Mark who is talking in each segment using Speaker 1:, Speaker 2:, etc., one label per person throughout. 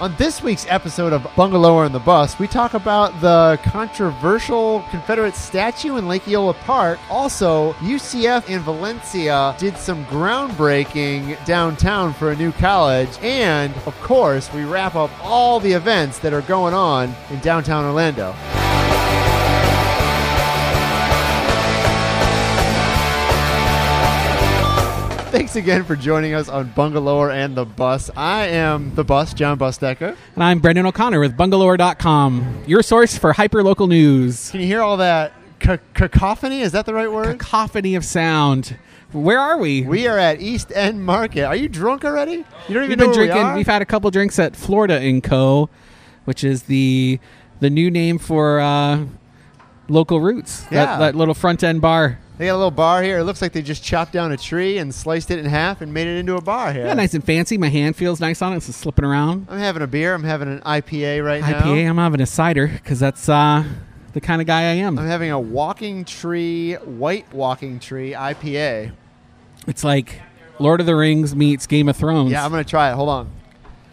Speaker 1: On this week's episode of Bungalower on the Bus, we talk about the controversial Confederate statue in Lake Eola Park. Also, UCF and Valencia did some groundbreaking downtown for a new college. And, of course, we wrap up all the events that are going on in downtown Orlando. Thanks again for joining us on Bungalower and the Bus. I am the Bus, John Busdecker.
Speaker 2: And I'm Brendan O'Connor with Bungalower.com, your source for hyperlocal news.
Speaker 1: Can you hear all that ca- cacophony? Is that the right word?
Speaker 2: Cacophony of sound. Where are we?
Speaker 1: we are at East End Market. Are you drunk already? You don't even
Speaker 2: have
Speaker 1: know
Speaker 2: been
Speaker 1: where
Speaker 2: drinking.
Speaker 1: We
Speaker 2: have had a couple drinks at Florida and Co, which is the the new name for uh, local roots. That-
Speaker 1: Yeah.
Speaker 2: That, little front end bar.
Speaker 1: they got a little bar here. It looks like they just chopped down a tree and sliced it in half and made it into a bar here.
Speaker 2: Yeah, nice and fancy. My hand feels nice on it. It's just slipping around.
Speaker 1: I'm having a beer. I'm having an IPA right
Speaker 2: IPA.
Speaker 1: now.
Speaker 2: I'm having a cider because that's uh, the kind of guy I am.
Speaker 1: I'm having a walking tree, white walking tree IPA.
Speaker 2: It's like Lord of the Rings meets Game of Thrones.
Speaker 1: Yeah, I'm going to try it. Hold on.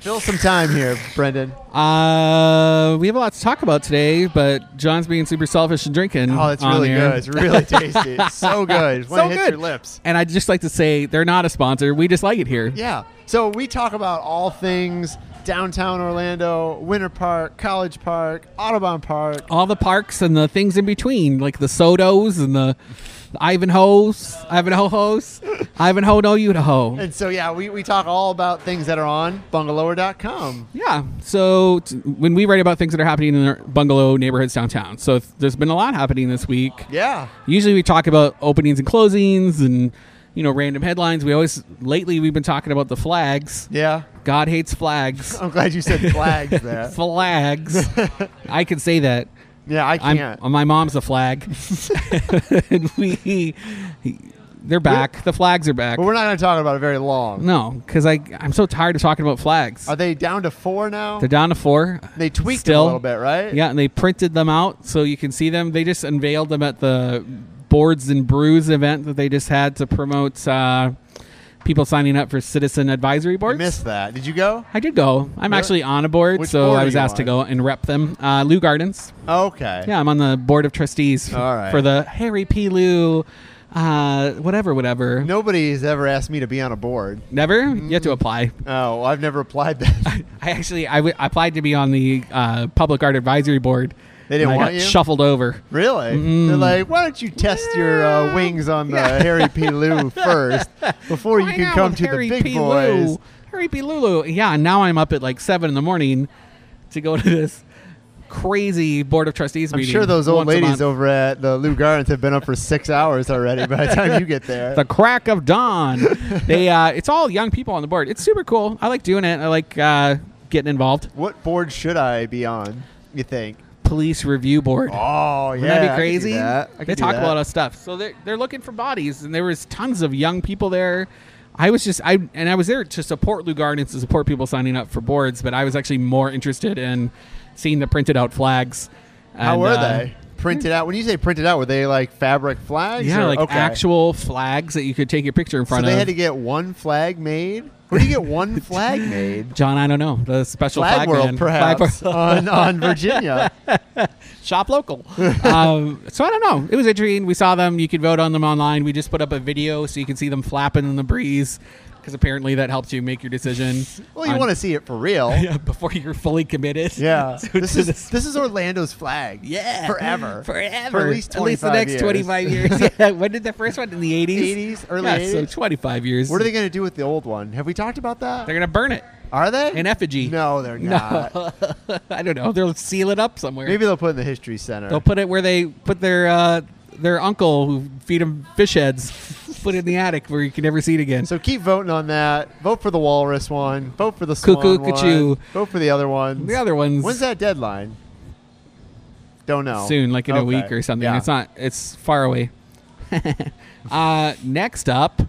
Speaker 1: Fill some time here, Brendan.
Speaker 2: Uh, we have a lot to talk about today, but John's being super selfish and drinking.
Speaker 1: Oh, it's
Speaker 2: on
Speaker 1: really
Speaker 2: air.
Speaker 1: good. It's really tasty. It's so good. It's when
Speaker 2: So
Speaker 1: it hits
Speaker 2: good.
Speaker 1: your lips.
Speaker 2: And I'd just like to say they're not a sponsor. We just like it here.
Speaker 1: Yeah. So we talk about all things downtown Orlando, Winter Park, College Park, Audubon Park.
Speaker 2: All the parks and the things in between, like the Sotos and the, the Ivanhoes, Ivanhoes, Ivanhoe no Utaho.
Speaker 1: And so, yeah, we, we talk all about things that are on bungalower.com.
Speaker 2: Yeah. So t- when we write about things that are happening in our bungalow neighborhoods downtown, so th- there's been a lot happening this week.
Speaker 1: Yeah.
Speaker 2: usually we talk about openings and closings and you know random headlines we always lately we've been talking about the flags
Speaker 1: Yeah.
Speaker 2: god hates flags
Speaker 1: I'm glad you said flags there.
Speaker 2: flags i can say that
Speaker 1: Yeah, I
Speaker 2: i'm uh,
Speaker 1: can't.
Speaker 2: my mom's a flag and we they're back the flags are back
Speaker 1: but we're not going to talk about it very long.
Speaker 2: no because i i'm so tired of talking about flags
Speaker 1: Are they down to four now?
Speaker 2: they're down to four
Speaker 1: They tweaked
Speaker 2: Still.
Speaker 1: a little bit, right?
Speaker 2: yeah and they printed them out so you can see them they just unveiled them at the boards and brews event that they just had to promote uh, people signing up for citizen advisory
Speaker 1: I
Speaker 2: boards
Speaker 1: missed that. Did you go?
Speaker 2: I did go. I'm
Speaker 1: Where-
Speaker 2: actually on a board,
Speaker 1: which
Speaker 2: so
Speaker 1: board
Speaker 2: I
Speaker 1: are
Speaker 2: was
Speaker 1: you
Speaker 2: asked to
Speaker 1: on?
Speaker 2: go and rep them. Uh, Lou Gardens.
Speaker 1: Okay.
Speaker 2: Yeah, I'm on the board of trustees
Speaker 1: All right.
Speaker 2: for the Harry P. Lou, uh, whatever, whatever.
Speaker 1: Nobody's ever asked me to be on a board.
Speaker 2: Never? You have to apply.
Speaker 1: Oh, well, I've never applied that.
Speaker 2: I actually I, w- I applied to be on the uh, public art advisory board.
Speaker 1: They didn't
Speaker 2: and I
Speaker 1: want
Speaker 2: got
Speaker 1: you?
Speaker 2: shuffled over.
Speaker 1: really? They're like, why don't you test your uh, wings on the Harry P. Lou first before you
Speaker 2: Why
Speaker 1: can
Speaker 2: not
Speaker 1: come
Speaker 2: with
Speaker 1: to
Speaker 2: Harry
Speaker 1: the big
Speaker 2: P.
Speaker 1: boys?
Speaker 2: Lou? Harry P. Lulu. Yeah, and now I'm up at like seven in the morning to go to this crazy board of trustees
Speaker 1: I'm
Speaker 2: meeting.
Speaker 1: sure those old
Speaker 2: once a
Speaker 1: ladies
Speaker 2: month.
Speaker 1: over at the Lou Gardens have been up for six hours already by the time you get there.
Speaker 2: the crack of dawn. they uh, it's all young people on the board. It's super cool. I like doing it. I like uh, getting involved.
Speaker 1: what board should I be on, you think?
Speaker 2: Police review board.
Speaker 1: Oh, yeah.
Speaker 2: Wouldn't
Speaker 1: I
Speaker 2: that
Speaker 1: could
Speaker 2: be
Speaker 1: do
Speaker 2: crazy?
Speaker 1: that. I could
Speaker 2: They
Speaker 1: do
Speaker 2: talk
Speaker 1: that.
Speaker 2: about a lot of stuff. So they're they're looking for bodies, and there was tons of young people there. I was just I and I was there to support Lou Gardens to support people signing up for boards, but I was actually more interested in seeing the printed out flags.
Speaker 1: How
Speaker 2: And,
Speaker 1: were
Speaker 2: uh,
Speaker 1: they? Printed out. When you say printed out, were they like fabric flags?
Speaker 2: Yeah,
Speaker 1: or-
Speaker 2: like
Speaker 1: okay.
Speaker 2: actual flags that you could take your picture in
Speaker 1: So
Speaker 2: front
Speaker 1: they
Speaker 2: of.
Speaker 1: had to get one flag made. Where do you get one flag made?
Speaker 2: John, I don't know the special
Speaker 1: Flag,
Speaker 2: flag,
Speaker 1: World,
Speaker 2: man. Flag
Speaker 1: perhaps
Speaker 2: World.
Speaker 1: on, on Virginia.
Speaker 2: shop local. um, so I don't know. It was interesting. We saw them. You could vote on them online. We just put up a video so you can see them flapping in the breeze because apparently that helps you make your decision.
Speaker 1: Well, you
Speaker 2: on-
Speaker 1: want to see it for real.
Speaker 2: yeah, before you're fully committed.
Speaker 1: Yeah,
Speaker 2: to-
Speaker 1: this
Speaker 2: to
Speaker 1: is
Speaker 2: this.
Speaker 1: this is Orlando's flag.
Speaker 2: Yeah,
Speaker 1: forever,
Speaker 2: forever,
Speaker 1: for at least
Speaker 2: the
Speaker 1: 25
Speaker 2: next
Speaker 1: years.
Speaker 2: twenty-five years. yeah, when did the first one in the eighties?
Speaker 1: 80s, early
Speaker 2: yeah,
Speaker 1: 80s.
Speaker 2: so twenty-five years.
Speaker 1: What are they going to do with the old one? Have we talked about that?
Speaker 2: They're gonna burn it
Speaker 1: Are they
Speaker 2: in effigy.
Speaker 1: No, they're
Speaker 2: no,
Speaker 1: not.
Speaker 2: I don't know. They'll seal it up somewhere.
Speaker 1: Maybe they'll put it in the history center.
Speaker 2: They'll put it where they put their uh, their uncle who feed him fish heads, put it in the attic where you can never see it again.
Speaker 1: so keep voting on that. Vote for the walrus one. Vote for the swan
Speaker 2: Cuckoo,
Speaker 1: one.
Speaker 2: cuckoo.
Speaker 1: Vote for the other ones.
Speaker 2: the other ones
Speaker 1: When's that deadline? Don't know.
Speaker 2: soon, like in a
Speaker 1: Okay.
Speaker 2: week or something.
Speaker 1: Yeah.
Speaker 2: It's not. It's far away. uh, next up,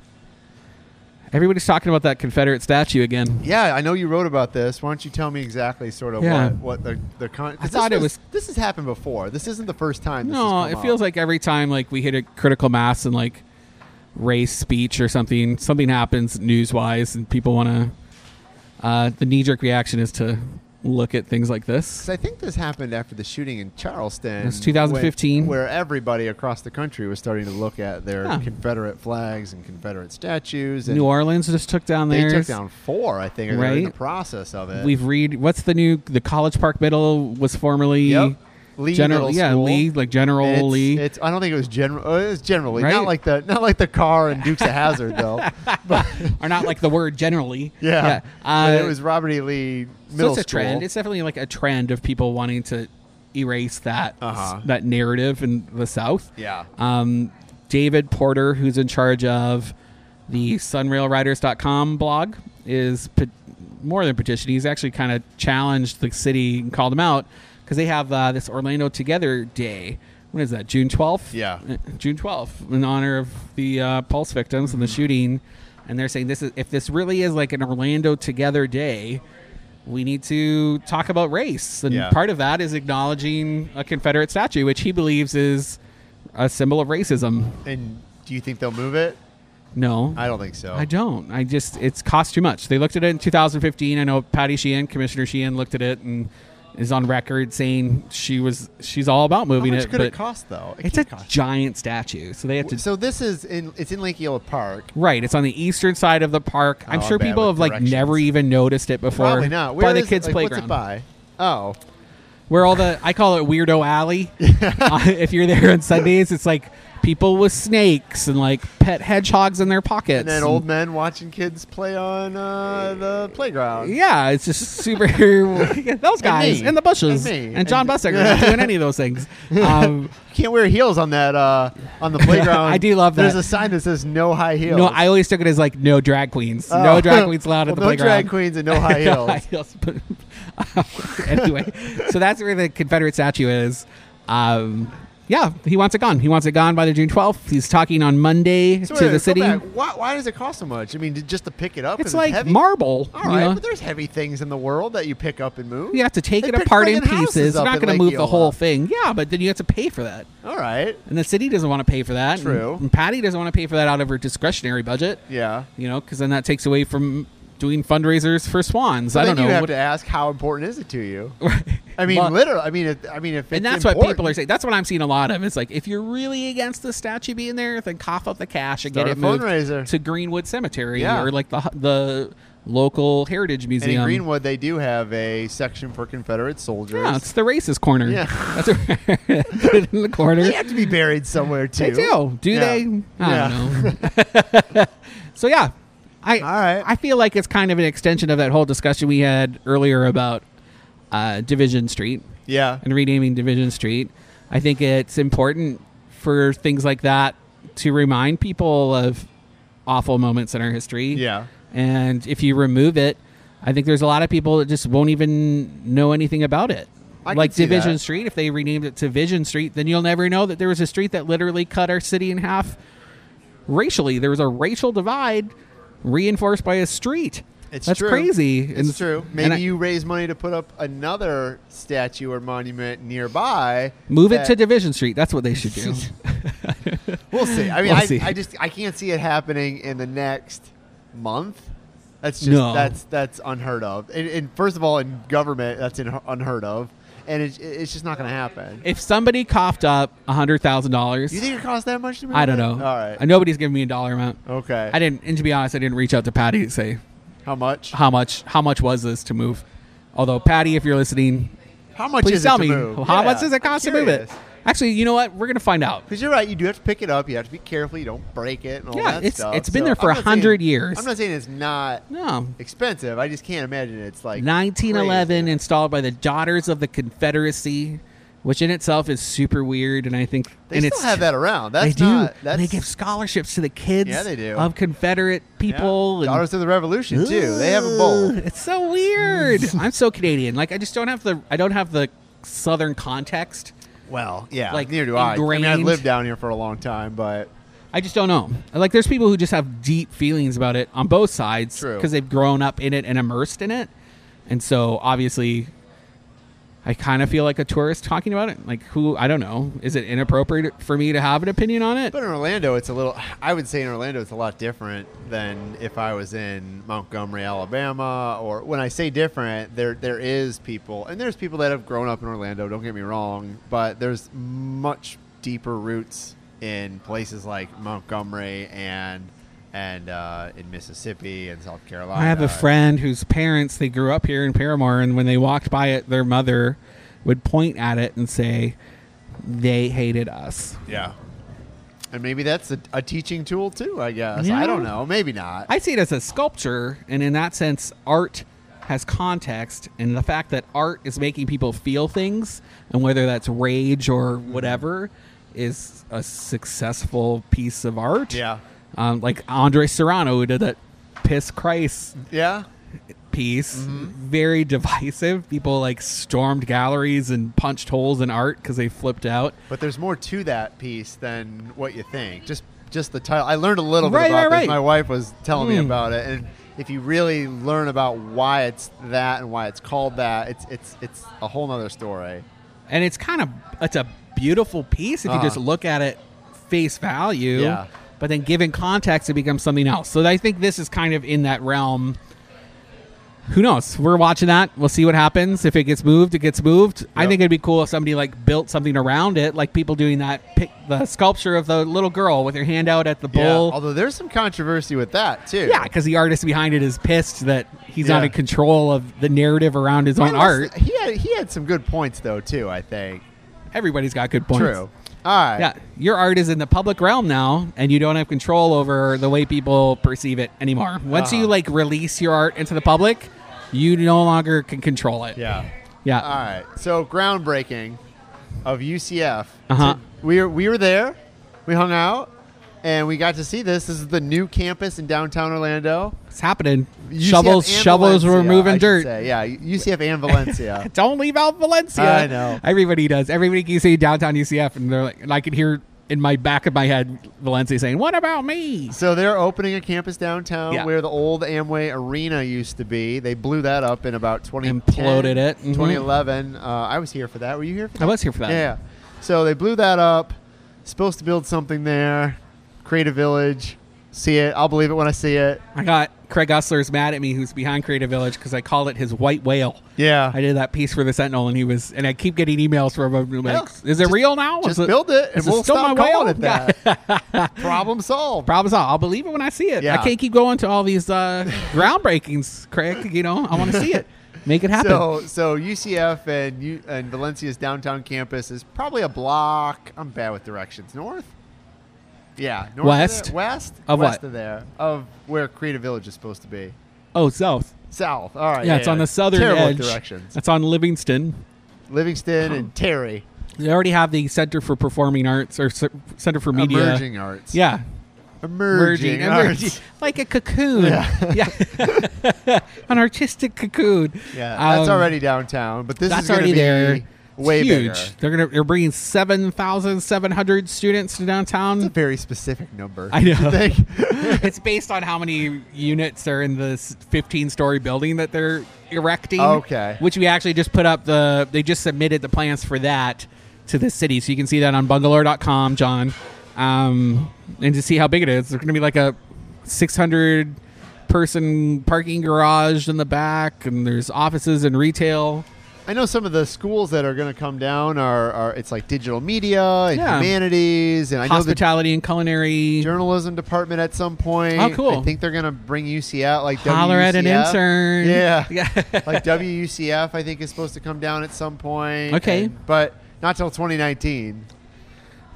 Speaker 2: everybody's talking about that Confederate statue again.
Speaker 1: Yeah, I know you wrote about this. Why don't you tell me exactly sort of
Speaker 2: Yeah.
Speaker 1: what, what the the con- 'cause
Speaker 2: I thought
Speaker 1: this
Speaker 2: it was-
Speaker 1: this has happened before. This isn't the first time. This
Speaker 2: No,
Speaker 1: has
Speaker 2: it
Speaker 1: come
Speaker 2: feels
Speaker 1: up.
Speaker 2: like every time like we hit a critical mass and like race speech or something, something happens news wise, and people want to. Uh, the knee jerk reaction is to look at things like this.
Speaker 1: 'Cause I think this happened after the shooting in Charleston.
Speaker 2: It's 2015.
Speaker 1: Where, where everybody across the country was starting to look at their
Speaker 2: Huh.
Speaker 1: Confederate flags and Confederate statues. And
Speaker 2: New Orleans just took down
Speaker 1: they
Speaker 2: theirs.
Speaker 1: took down four, I think, or they're in the
Speaker 2: Right.
Speaker 1: process of it.
Speaker 2: We've read what's the new the College Park Middle was formerly
Speaker 1: yep. Lee
Speaker 2: General
Speaker 1: Middle
Speaker 2: yeah
Speaker 1: School.
Speaker 2: Lee like General
Speaker 1: It's,
Speaker 2: Lee.
Speaker 1: it's- I don't think it was general. oh, It was generally
Speaker 2: Right?
Speaker 1: not like the not like the car and Dukes of Hazard though. But
Speaker 2: or not like the word generally.
Speaker 1: yeah,
Speaker 2: Uh,
Speaker 1: But it was Robert E. Lee
Speaker 2: so
Speaker 1: Middle
Speaker 2: it's a
Speaker 1: School.
Speaker 2: trend. It's definitely like a trend of people wanting to erase that
Speaker 1: Uh-huh.
Speaker 2: that narrative in the South.
Speaker 1: yeah,
Speaker 2: Um, David Porter, who's in charge of the sunrailriders.com blog, is pe- more than petitioning. He's actually kind of challenged the city and called them out because they have uh, this Orlando Together Day. When is that? June 12th?
Speaker 1: Yeah.
Speaker 2: Uh, June 12th, in honor of the uh, Pulse victims and the shooting. And they're saying this is if this really is like an Orlando Together Day, we need to talk about race. And
Speaker 1: Yeah.
Speaker 2: part of that is acknowledging a Confederate statue, which he believes is a symbol of racism.
Speaker 1: and do you think they'll move it?
Speaker 2: No.
Speaker 1: I don't think so.
Speaker 2: I don't. I just it's cost too much. They looked at it in 2015. I know Patty Sheehan, Commissioner Sheehan, looked at it and is on record saying she was she's all about
Speaker 1: How
Speaker 2: moving
Speaker 1: much
Speaker 2: it.
Speaker 1: could
Speaker 2: but
Speaker 1: it cost though? It
Speaker 2: it's a
Speaker 1: can't cost.
Speaker 2: giant statue, so they have to.
Speaker 1: So this is in it's in Lake Eola Park.
Speaker 2: Right, it's on the eastern side of the park. I'm
Speaker 1: Oh, I'm
Speaker 2: sure
Speaker 1: bad
Speaker 2: people
Speaker 1: with
Speaker 2: have like
Speaker 1: directions.
Speaker 2: never even noticed it before.
Speaker 1: Probably not. Where
Speaker 2: by the
Speaker 1: is it?
Speaker 2: kids'
Speaker 1: Like,
Speaker 2: playground.
Speaker 1: What's it by? Oh,
Speaker 2: where all the I call it weirdo alley. Uh, if you're there on Sundays, it's like people with snakes and like pet hedgehogs in their pockets.
Speaker 1: and then old men watching kids play on uh, the playground.
Speaker 2: yeah, it's just super those guys
Speaker 1: me.
Speaker 2: in the bushes
Speaker 1: And me.
Speaker 2: John
Speaker 1: And-
Speaker 2: Busick are not doing any of those things. Um,
Speaker 1: You can't wear heels on that uh, on the playground.
Speaker 2: I do love that.
Speaker 1: There's a sign that says no high heels.
Speaker 2: no, I always took it as like no drag queens,
Speaker 1: Oh.
Speaker 2: no drag queens allowed
Speaker 1: well,
Speaker 2: at the
Speaker 1: no
Speaker 2: playground.
Speaker 1: drag queens and no high
Speaker 2: No high
Speaker 1: heels.
Speaker 2: heels, but- anyway, so that's where the Confederate statue is. Um, yeah, he wants it gone. He wants it gone by the June 12th. He's talking on Monday
Speaker 1: So
Speaker 2: to
Speaker 1: wait, go
Speaker 2: the city.
Speaker 1: back. Why, why does it cost so much? I mean, d- just to pick it up.
Speaker 2: It's
Speaker 1: is
Speaker 2: like
Speaker 1: heavy?
Speaker 2: marble.
Speaker 1: All
Speaker 2: you
Speaker 1: right,
Speaker 2: know?
Speaker 1: but there's heavy things in the world that you pick up and move.
Speaker 2: You have to take
Speaker 1: They
Speaker 2: it
Speaker 1: picked
Speaker 2: apart in
Speaker 1: friggin' houses
Speaker 2: pieces. You're
Speaker 1: up
Speaker 2: not
Speaker 1: in
Speaker 2: going
Speaker 1: Lake
Speaker 2: to move the
Speaker 1: Eola.
Speaker 2: whole thing. Yeah, but then you have to pay for that.
Speaker 1: All right.
Speaker 2: And the city doesn't want to pay for that. and-
Speaker 1: True.
Speaker 2: And, Patty doesn't want to pay for that out of her discretionary budget,
Speaker 1: Yeah.
Speaker 2: you know, because then that takes away from doing fundraisers for swans.
Speaker 1: So
Speaker 2: I
Speaker 1: then
Speaker 2: don't know.
Speaker 1: You have
Speaker 2: what-
Speaker 1: to ask how important is it to you? I mean,
Speaker 2: Well-
Speaker 1: literally. I mean, if, I mean, if it's
Speaker 2: and that's what
Speaker 1: important,
Speaker 2: people are saying. That's what I'm seeing a lot of. It's like if you're really against the statue being there, then cough up the cash and
Speaker 1: Start
Speaker 2: get
Speaker 1: a
Speaker 2: it moved
Speaker 1: fundraiser.
Speaker 2: to Greenwood Cemetery
Speaker 1: Yeah.
Speaker 2: or like the the local heritage
Speaker 1: And
Speaker 2: museum.
Speaker 1: in Greenwood, they do have a section for Confederate soldiers.
Speaker 2: yeah, it's the racist corner.
Speaker 1: Yeah.
Speaker 2: that's where- put it in the corner.
Speaker 1: they have to be buried somewhere too.
Speaker 2: They do. Do
Speaker 1: Yeah.
Speaker 2: they? I don't know. so yeah, I
Speaker 1: All right.
Speaker 2: I feel like it's kind of an extension of that whole discussion we had earlier about uh, Division Street
Speaker 1: Yeah.
Speaker 2: and renaming Division Street. I think it's important for things like that to remind people of awful moments in our history.
Speaker 1: Yeah.
Speaker 2: And if you remove it, I think there's a lot of people that just won't even know anything about it.
Speaker 1: I can
Speaker 2: like
Speaker 1: see
Speaker 2: Division
Speaker 1: that.
Speaker 2: Street, if they renamed it to Vision Street, then you'll never know that there was a street that literally cut our city in half racially. There was a racial divide reinforced by a street.
Speaker 1: It's
Speaker 2: That's
Speaker 1: true.
Speaker 2: crazy.
Speaker 1: It's
Speaker 2: And-
Speaker 1: true.
Speaker 2: and
Speaker 1: Maybe
Speaker 2: I-
Speaker 1: you raise money to put up another statue or monument nearby.
Speaker 2: move it to
Speaker 1: that-
Speaker 2: Division Street. That's what they should do.
Speaker 1: We'll see. I mean,
Speaker 2: We'll
Speaker 1: I,
Speaker 2: see.
Speaker 1: I just I can't see it happening in the next month. That's just
Speaker 2: No.
Speaker 1: that's that's unheard of. And, and first of all, in government, that's in, unheard of, and it's it's just not going to happen.
Speaker 2: if somebody coughed up hundred thousand dollars,
Speaker 1: Do you think it costs that much to me?
Speaker 2: I don't know.
Speaker 1: All right.
Speaker 2: Uh, Nobody's giving me a dollar amount.
Speaker 1: Okay.
Speaker 2: I didn't, and to be honest, I didn't reach out to Patty to say
Speaker 1: How much?
Speaker 2: how much how much was this to move. Although Patty, if you're listening,
Speaker 1: How much
Speaker 2: please
Speaker 1: is
Speaker 2: tell
Speaker 1: it to
Speaker 2: me
Speaker 1: move?
Speaker 2: how
Speaker 1: Yeah,
Speaker 2: much does it
Speaker 1: I'm
Speaker 2: cost to move it.
Speaker 1: curious.
Speaker 2: Actually, you know what? We're gonna find out.
Speaker 1: Because you're right, you do have to pick it up. You have to be careful. You don't break it and all
Speaker 2: Yeah,
Speaker 1: that
Speaker 2: it's-
Speaker 1: stuff.
Speaker 2: it's been there for
Speaker 1: I'm not
Speaker 2: 100
Speaker 1: saying-
Speaker 2: years.
Speaker 1: I'm not saying it's not
Speaker 2: No.
Speaker 1: expensive. I just can't imagine it's like
Speaker 2: 1911
Speaker 1: crazy.
Speaker 2: installed by the Daughters of the Confederacy, which in itself is super weird, and I think
Speaker 1: They
Speaker 2: and
Speaker 1: still
Speaker 2: it's
Speaker 1: have that around. That's
Speaker 2: they do.
Speaker 1: not.
Speaker 2: And
Speaker 1: That's
Speaker 2: they give scholarships to the kids.
Speaker 1: Yeah, they do.
Speaker 2: of Confederate
Speaker 1: yeah.
Speaker 2: people. and-
Speaker 1: Daughters of the Revolution too. They have a bowl.
Speaker 2: Ugh, It's so weird. I'm so Canadian. Like I just don't have the I don't have the southern context.
Speaker 1: Well, yeah,
Speaker 2: Like,
Speaker 1: neither do I. I mean, I've
Speaker 2: ingrained.
Speaker 1: lived down here for a long time, but
Speaker 2: I just don't know. Like there's people who just have deep feelings about it on both sides
Speaker 1: True.
Speaker 2: because they've grown up in it and immersed in it. And so obviously I kind of feel like a tourist talking about it. Like, who, I don't know. Is it inappropriate for me to have an opinion on it?
Speaker 1: But in Orlando, it's a little. I would say in Orlando, it's a lot different than if I was in Montgomery, Alabama. Or when I say different, there there is people, and there's people that have grown up in Orlando. Don't get me wrong, but there's much deeper roots in places like Montgomery and and uh, in Mississippi and South Carolina.
Speaker 2: I have a friend whose parents they grew up here in Paramore, and when they walked by it, their mother would point at it and say, "They hated us."
Speaker 1: Yeah. And maybe that's a, a teaching tool too. I guess
Speaker 2: Yeah.
Speaker 1: I don't know. Maybe not.
Speaker 2: I see it as a sculpture, and in that sense, art has context, and the fact that art is making people feel things, and whether that's rage or whatever, is a successful piece of art.
Speaker 1: yeah.
Speaker 2: um, like Andre Serrano who did that piss Christ
Speaker 1: Yeah.
Speaker 2: piece
Speaker 1: Mm-hmm.
Speaker 2: very divisive people like stormed galleries and punched holes in art because they flipped out
Speaker 1: But there's more to that piece than what you think. Just just the title. I learned a little bit
Speaker 2: Right,
Speaker 1: about
Speaker 2: right,
Speaker 1: this.
Speaker 2: right.
Speaker 1: My wife was telling me
Speaker 2: Hmm.
Speaker 1: about it, and if you really learn about why it's that and why it's called that, it's it's it's a whole nother story.
Speaker 2: and it's kind of it's a beautiful piece if
Speaker 1: Uh-huh.
Speaker 2: you just look at it face value
Speaker 1: Yeah.
Speaker 2: but then given context it becomes something else so i think this is kind of in that realm who knows we're watching that we'll see what happens if it gets moved it gets moved i
Speaker 1: Yep.
Speaker 2: think it'd be cool if somebody like built something around it like people doing that pic- the sculpture of the little girl with her hand out at the
Speaker 1: Yeah.
Speaker 2: bull
Speaker 1: Although there's some controversy with that too.
Speaker 2: yeah because the artist behind it is pissed that he's not
Speaker 1: Yeah.
Speaker 2: in control of the narrative around his
Speaker 1: He
Speaker 2: own
Speaker 1: was-
Speaker 2: art
Speaker 1: He had he had some good points though too. I think
Speaker 2: everybody's got good points
Speaker 1: true. All right.
Speaker 2: Yeah, your art is in the public realm now, and you don't have control over the way people perceive it anymore. Once
Speaker 1: Uh-huh.
Speaker 2: you like release your art into the public, you no longer can control it.
Speaker 1: Yeah. Uh,
Speaker 2: yeah.
Speaker 1: All right. So groundbreaking of UCF.
Speaker 2: Uh-huh.
Speaker 1: We were we were there. We hung out and we got to see this. This is the new campus in downtown Orlando.
Speaker 2: it's happening.
Speaker 1: UCF
Speaker 2: shovels,
Speaker 1: and
Speaker 2: shovels
Speaker 1: Valencia,
Speaker 2: were
Speaker 1: I
Speaker 2: moving
Speaker 1: should
Speaker 2: dirt.
Speaker 1: say. Yeah, UCF and Valencia.
Speaker 2: Don't leave out Valencia.
Speaker 1: I know.
Speaker 2: Everybody does. Everybody can see downtown UCF, and they're like, and I can hear in my back of my head Valencia saying, "What about me?"
Speaker 1: so they're opening a campus downtown
Speaker 2: Yeah.
Speaker 1: where the old Amway Arena used to be. They blew that up in about 2010,
Speaker 2: Imploded it. Mhm.
Speaker 1: 2011. Uh, I was here for that. Were you here for that?
Speaker 2: I was here for that.
Speaker 1: Yeah. So they blew that up. Supposed to build something there. Create a village. See it. I'll believe it when I see it.
Speaker 2: I got Craig Usler's mad at me, who's behind Creative Village, because I called it his white whale.
Speaker 1: Yeah.
Speaker 2: I did that piece for the Sentinel, and he was, and I keep getting emails from him. Like,
Speaker 1: Hell,
Speaker 2: is it
Speaker 1: just-
Speaker 2: real now?
Speaker 1: Just
Speaker 2: Is it-
Speaker 1: build it, and
Speaker 2: is it
Speaker 1: we'll
Speaker 2: still
Speaker 1: stop
Speaker 2: my
Speaker 1: calling
Speaker 2: whale?
Speaker 1: it that. Problem solved.
Speaker 2: Problem solved. I'll believe it when I see it.
Speaker 1: Yeah.
Speaker 2: I can't keep going to all these uh, groundbreakings, Craig. You know, I want to see it. Make it happen.
Speaker 1: So, so UCF and U- and Valencia's downtown campus is probably a block. I'm bad with directions. North. Yeah, north of
Speaker 2: West?
Speaker 1: there- west
Speaker 2: Of
Speaker 1: west
Speaker 2: what?
Speaker 1: of there of where Creative Village is supposed to be.
Speaker 2: oh, south.
Speaker 1: South. All right.
Speaker 2: Yeah, it's on the southern
Speaker 1: Terrible with
Speaker 2: edge.
Speaker 1: directions.
Speaker 2: That's on Livingston.
Speaker 1: Livingston and Terry.
Speaker 2: They already have the Center for Performing Arts or C- Center for Media.
Speaker 1: Emerging arts.
Speaker 2: Yeah.
Speaker 1: Emerging,
Speaker 2: emerging.
Speaker 1: arts.
Speaker 2: Like a cocoon.
Speaker 1: Yeah.
Speaker 2: Yeah. An artistic cocoon.
Speaker 1: Yeah, that's
Speaker 2: Um,
Speaker 1: already downtown, but this
Speaker 2: that's
Speaker 1: is gonna
Speaker 2: already
Speaker 1: be
Speaker 2: there.
Speaker 1: Way
Speaker 2: it's huge.
Speaker 1: bigger.
Speaker 2: They're gonna they're bringing seven thousand seven hundred students to
Speaker 1: It's a
Speaker 2: downtown.
Speaker 1: very specific number.
Speaker 2: I know.
Speaker 1: Don't you think?
Speaker 2: it's based on how many units are in this fifteen story building that they're erecting.
Speaker 1: Okay.
Speaker 2: which we actually just put up the they just submitted the plans for that to the city, so you can see that on bungalow.com, John, um, and to see how big it is. There's gonna be like a six hundred person parking garage in the back, and there's offices and retail.
Speaker 1: I know some of the schools that are going to come down are, are it's like digital media and
Speaker 2: Yeah.
Speaker 1: humanities, and I know the
Speaker 2: hospitality and culinary.
Speaker 1: journalism department at some point.
Speaker 2: Oh, cool.
Speaker 1: I think they're going to bring UCF like
Speaker 2: Holler at an
Speaker 1: WUCF.
Speaker 2: intern.
Speaker 1: Yeah.
Speaker 2: yeah.
Speaker 1: like WUCF, I think is supposed to come down at some point.
Speaker 2: Okay.
Speaker 1: and- but not till 2019.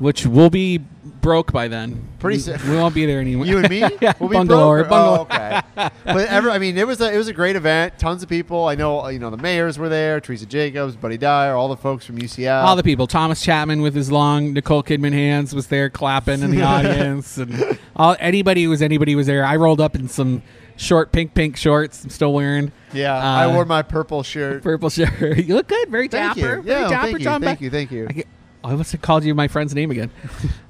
Speaker 2: Which we'll be broke by then.
Speaker 1: Pretty
Speaker 2: We-
Speaker 1: soon.
Speaker 2: We won't be there anymore.
Speaker 1: You and me,
Speaker 2: yeah.
Speaker 1: we'll be
Speaker 2: bungalow.
Speaker 1: broke, or-
Speaker 2: or- bungalow.
Speaker 1: Oh, okay. but ever, I mean, it was a, it was a great event. Tons of people. I know, you know, the mayors were there. Teresa Jacobs, Buddy Dyer, all the folks from UCF.
Speaker 2: All the people. Thomas Chapman with his long Nicole Kidman hands was there clapping in the audience, and all anybody who was anybody was there. I rolled up in some short pink pink shorts. I'm still wearing
Speaker 1: yeah, I
Speaker 2: uh,
Speaker 1: wore my purple shirt.
Speaker 2: purple shirt. you look good. Very
Speaker 1: Thank
Speaker 2: dapper.
Speaker 1: you. Yeah,
Speaker 2: very dapper,
Speaker 1: thank you,
Speaker 2: John
Speaker 1: thank
Speaker 2: Beck.
Speaker 1: you, thank you.
Speaker 2: I get- oh, I must have called you my friend's name again.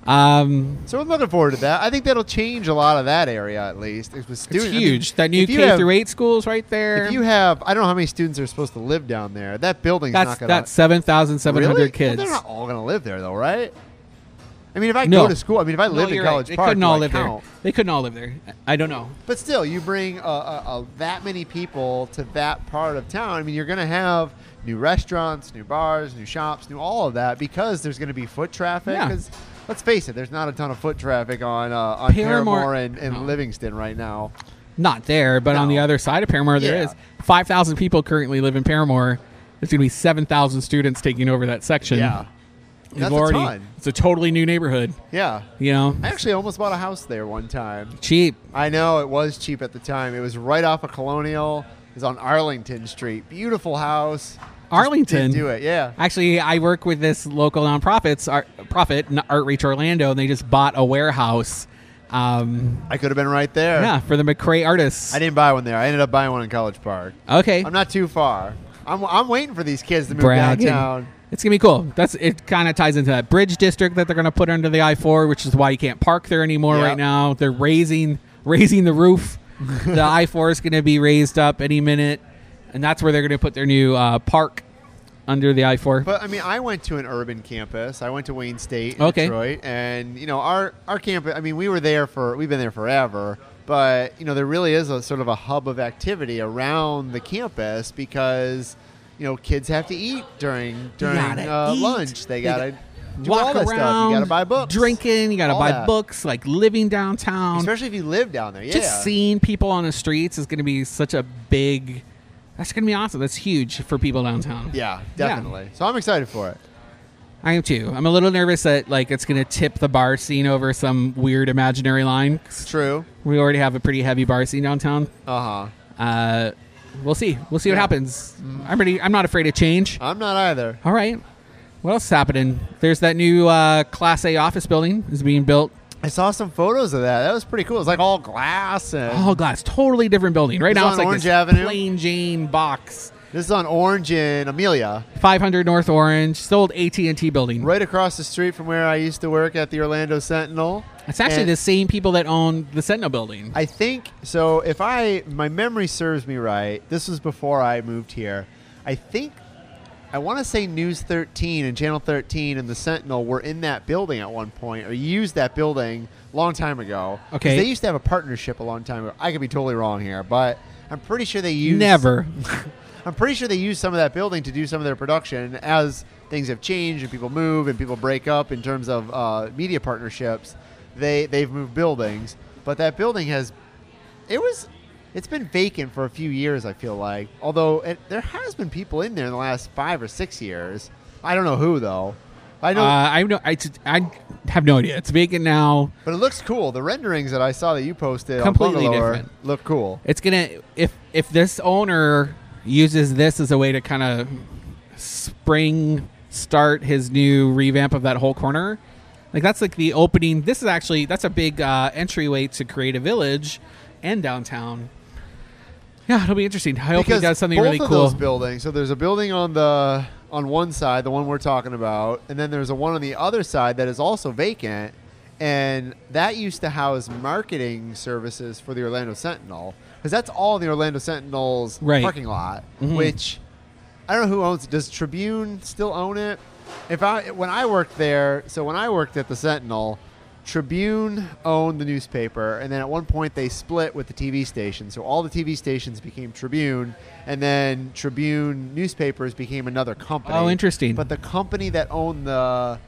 Speaker 2: Um,
Speaker 1: So I'm looking forward to that. I think that'll change a lot of that area at least. It was
Speaker 2: it's
Speaker 1: student, I mean,
Speaker 2: huge. that new
Speaker 1: if you
Speaker 2: K
Speaker 1: have-
Speaker 2: through eight schools right there.
Speaker 1: If you have, I don't know how many students are supposed to live down there. That building's
Speaker 2: that's
Speaker 1: not going
Speaker 2: that's seven thousand seven hundred
Speaker 1: really?
Speaker 2: kids.
Speaker 1: Well, they're not all going to live there though, right? I mean, if I
Speaker 2: No.
Speaker 1: go to school, I mean, if I
Speaker 2: No,
Speaker 1: live in
Speaker 2: you're right.
Speaker 1: College
Speaker 2: they
Speaker 1: Park,
Speaker 2: couldn't
Speaker 1: do
Speaker 2: all
Speaker 1: I
Speaker 2: live
Speaker 1: count?
Speaker 2: there. They couldn't all live there. I I don't know.
Speaker 1: But still, you bring uh, uh, uh, that many people to that part of town. I mean, you're going to have new restaurants, new bars, new shops, new all of that because there's going to be foot traffic.
Speaker 2: Yeah.
Speaker 1: 'Cause let's face it, there's not a ton of foot traffic on uh, on
Speaker 2: Paramore-
Speaker 1: Paramore, and, and
Speaker 2: No.
Speaker 1: Livingston right now.
Speaker 2: Not there, but on
Speaker 1: No.
Speaker 2: the other side of Paramore, there
Speaker 1: Yeah.
Speaker 2: is five thousand people currently live in Paramore. There's going to be seven thousand students taking over that section.
Speaker 1: Yeah,
Speaker 2: They've
Speaker 1: That's a
Speaker 2: already-
Speaker 1: ton.
Speaker 2: It's a totally new neighborhood.
Speaker 1: yeah.
Speaker 2: You know,
Speaker 1: I actually almost bought a house there one time.
Speaker 2: cheap.
Speaker 1: I know it was cheap at the time. It was right off of Colonial. It was on Arlington Street. Beautiful house. Just
Speaker 2: Arlington?
Speaker 1: didn't do it. Yeah.
Speaker 2: Actually, I work with this local nonprofits, art, profit, n- Outreach Orlando, and they just bought a warehouse. Um,
Speaker 1: I could have been right there.
Speaker 2: yeah, for the McCrae artists.
Speaker 1: I didn't buy one there. I ended up buying one in College Park.
Speaker 2: Okay,
Speaker 1: I'm not too far. I'm, I'm waiting for these kids to move
Speaker 2: Bragging.
Speaker 1: downtown.
Speaker 2: It's gonna be cool. That's it. Kind of ties into that bridge district that they're gonna put under the I four, which is why you can't park there anymore
Speaker 1: Yeah.
Speaker 2: right now. They're raising raising the roof. the I four is gonna be raised up any minute, and that's where they're gonna put their new uh, park under the I four.
Speaker 1: But I mean, I went to an urban campus. I went to Wayne State, in
Speaker 2: Okay.
Speaker 1: Detroit, and you know our our campus. I mean, we were there for we've been there forever. But you know, there really is a sort of a hub of activity around the campus because you know kids have to eat during during
Speaker 2: gotta
Speaker 1: uh,
Speaker 2: eat.
Speaker 1: lunch. They
Speaker 2: They
Speaker 1: gotta do all
Speaker 2: Walk
Speaker 1: that
Speaker 2: around,
Speaker 1: stuff. You gotta buy books,
Speaker 2: drinking. You gotta
Speaker 1: All
Speaker 2: buy
Speaker 1: that.
Speaker 2: books, like living downtown.
Speaker 1: especially if you live down there. Yeah,
Speaker 2: Just seeing people on the streets is gonna be such a big. That's gonna be awesome. That's huge for people downtown.
Speaker 1: yeah, definitely. So I'm excited for it.
Speaker 2: I am too. I'm a little nervous that like it's going to tip the bar scene over some weird imaginary line. 'cause
Speaker 1: True.
Speaker 2: We already have a pretty heavy bar scene downtown.
Speaker 1: Uh huh.
Speaker 2: Uh, we'll see. We'll see what
Speaker 1: Yeah.
Speaker 2: happens. I'm pretty. I'm not afraid of change.
Speaker 1: I'm not either.
Speaker 2: All right. What else is happening? There's that new uh, Class A office building is being built.
Speaker 1: I saw some photos of that. That was pretty cool. It's like all glass and
Speaker 2: All glass, Oh, totally different building. Right
Speaker 1: It's
Speaker 2: now,
Speaker 1: on
Speaker 2: it's like
Speaker 1: Orange
Speaker 2: this
Speaker 1: Avenue?
Speaker 2: plain Jane box,
Speaker 1: This is on Orange and Amelia,
Speaker 2: 500 North Orange, It's the old AT and T building.
Speaker 1: right across the street from where I used to work at the Orlando Sentinel.
Speaker 2: It's actually
Speaker 1: And
Speaker 2: the same people that own the Sentinel building.
Speaker 1: I think so. If I my memory serves me right, this was before I moved here. I think I want to say News 13 and Channel 13 and the Sentinel were in that building at one point, or used that building a long time ago. 'Cause
Speaker 2: Okay.
Speaker 1: they used to have a partnership a long time ago. I could be totally wrong here, but I'm pretty sure they used
Speaker 2: Never.
Speaker 1: I'm pretty sure they use some of that building to do some of their production as things have changed and people move and people break up in terms of uh, media partnerships. They they've moved buildings, but that building has it was it's been vacant for a few years. I feel like although it, there has been people in there in the last five or six years. I don't know who though. I know,
Speaker 2: Uh, I know. I, I have no idea. It's vacant now.
Speaker 1: but it looks cool. The renderings that I saw that you posted
Speaker 2: Completely
Speaker 1: on Bungalower
Speaker 2: different.
Speaker 1: look cool.
Speaker 2: It's gonna if if this owner uses this as a way to kind of spring start his new revamp of that whole corner. Like that's like the opening. This is actually that's a big uh, entryway to create a village and downtown. Yeah, it'll be interesting. I hope he
Speaker 1: because
Speaker 2: does something
Speaker 1: both
Speaker 2: really
Speaker 1: of
Speaker 2: cool.
Speaker 1: Those buildings. So there's a building on the on one side, the one we're talking about, and then there's a one on the other side that is also vacant, and that used to house marketing services for the Orlando Sentinel because that's all the Orlando Sentinel's
Speaker 2: Right. Mm-hmm.
Speaker 1: parking lot, which I don't know who owns it. Does Tribune still own it? If I when I worked there, so when I worked at the Sentinel, Tribune owned the newspaper, and then at one point they split with the TV station. So all the TV stations became Tribune, and then Tribune newspapers became another company.
Speaker 2: Oh, interesting.
Speaker 1: But the company that owned the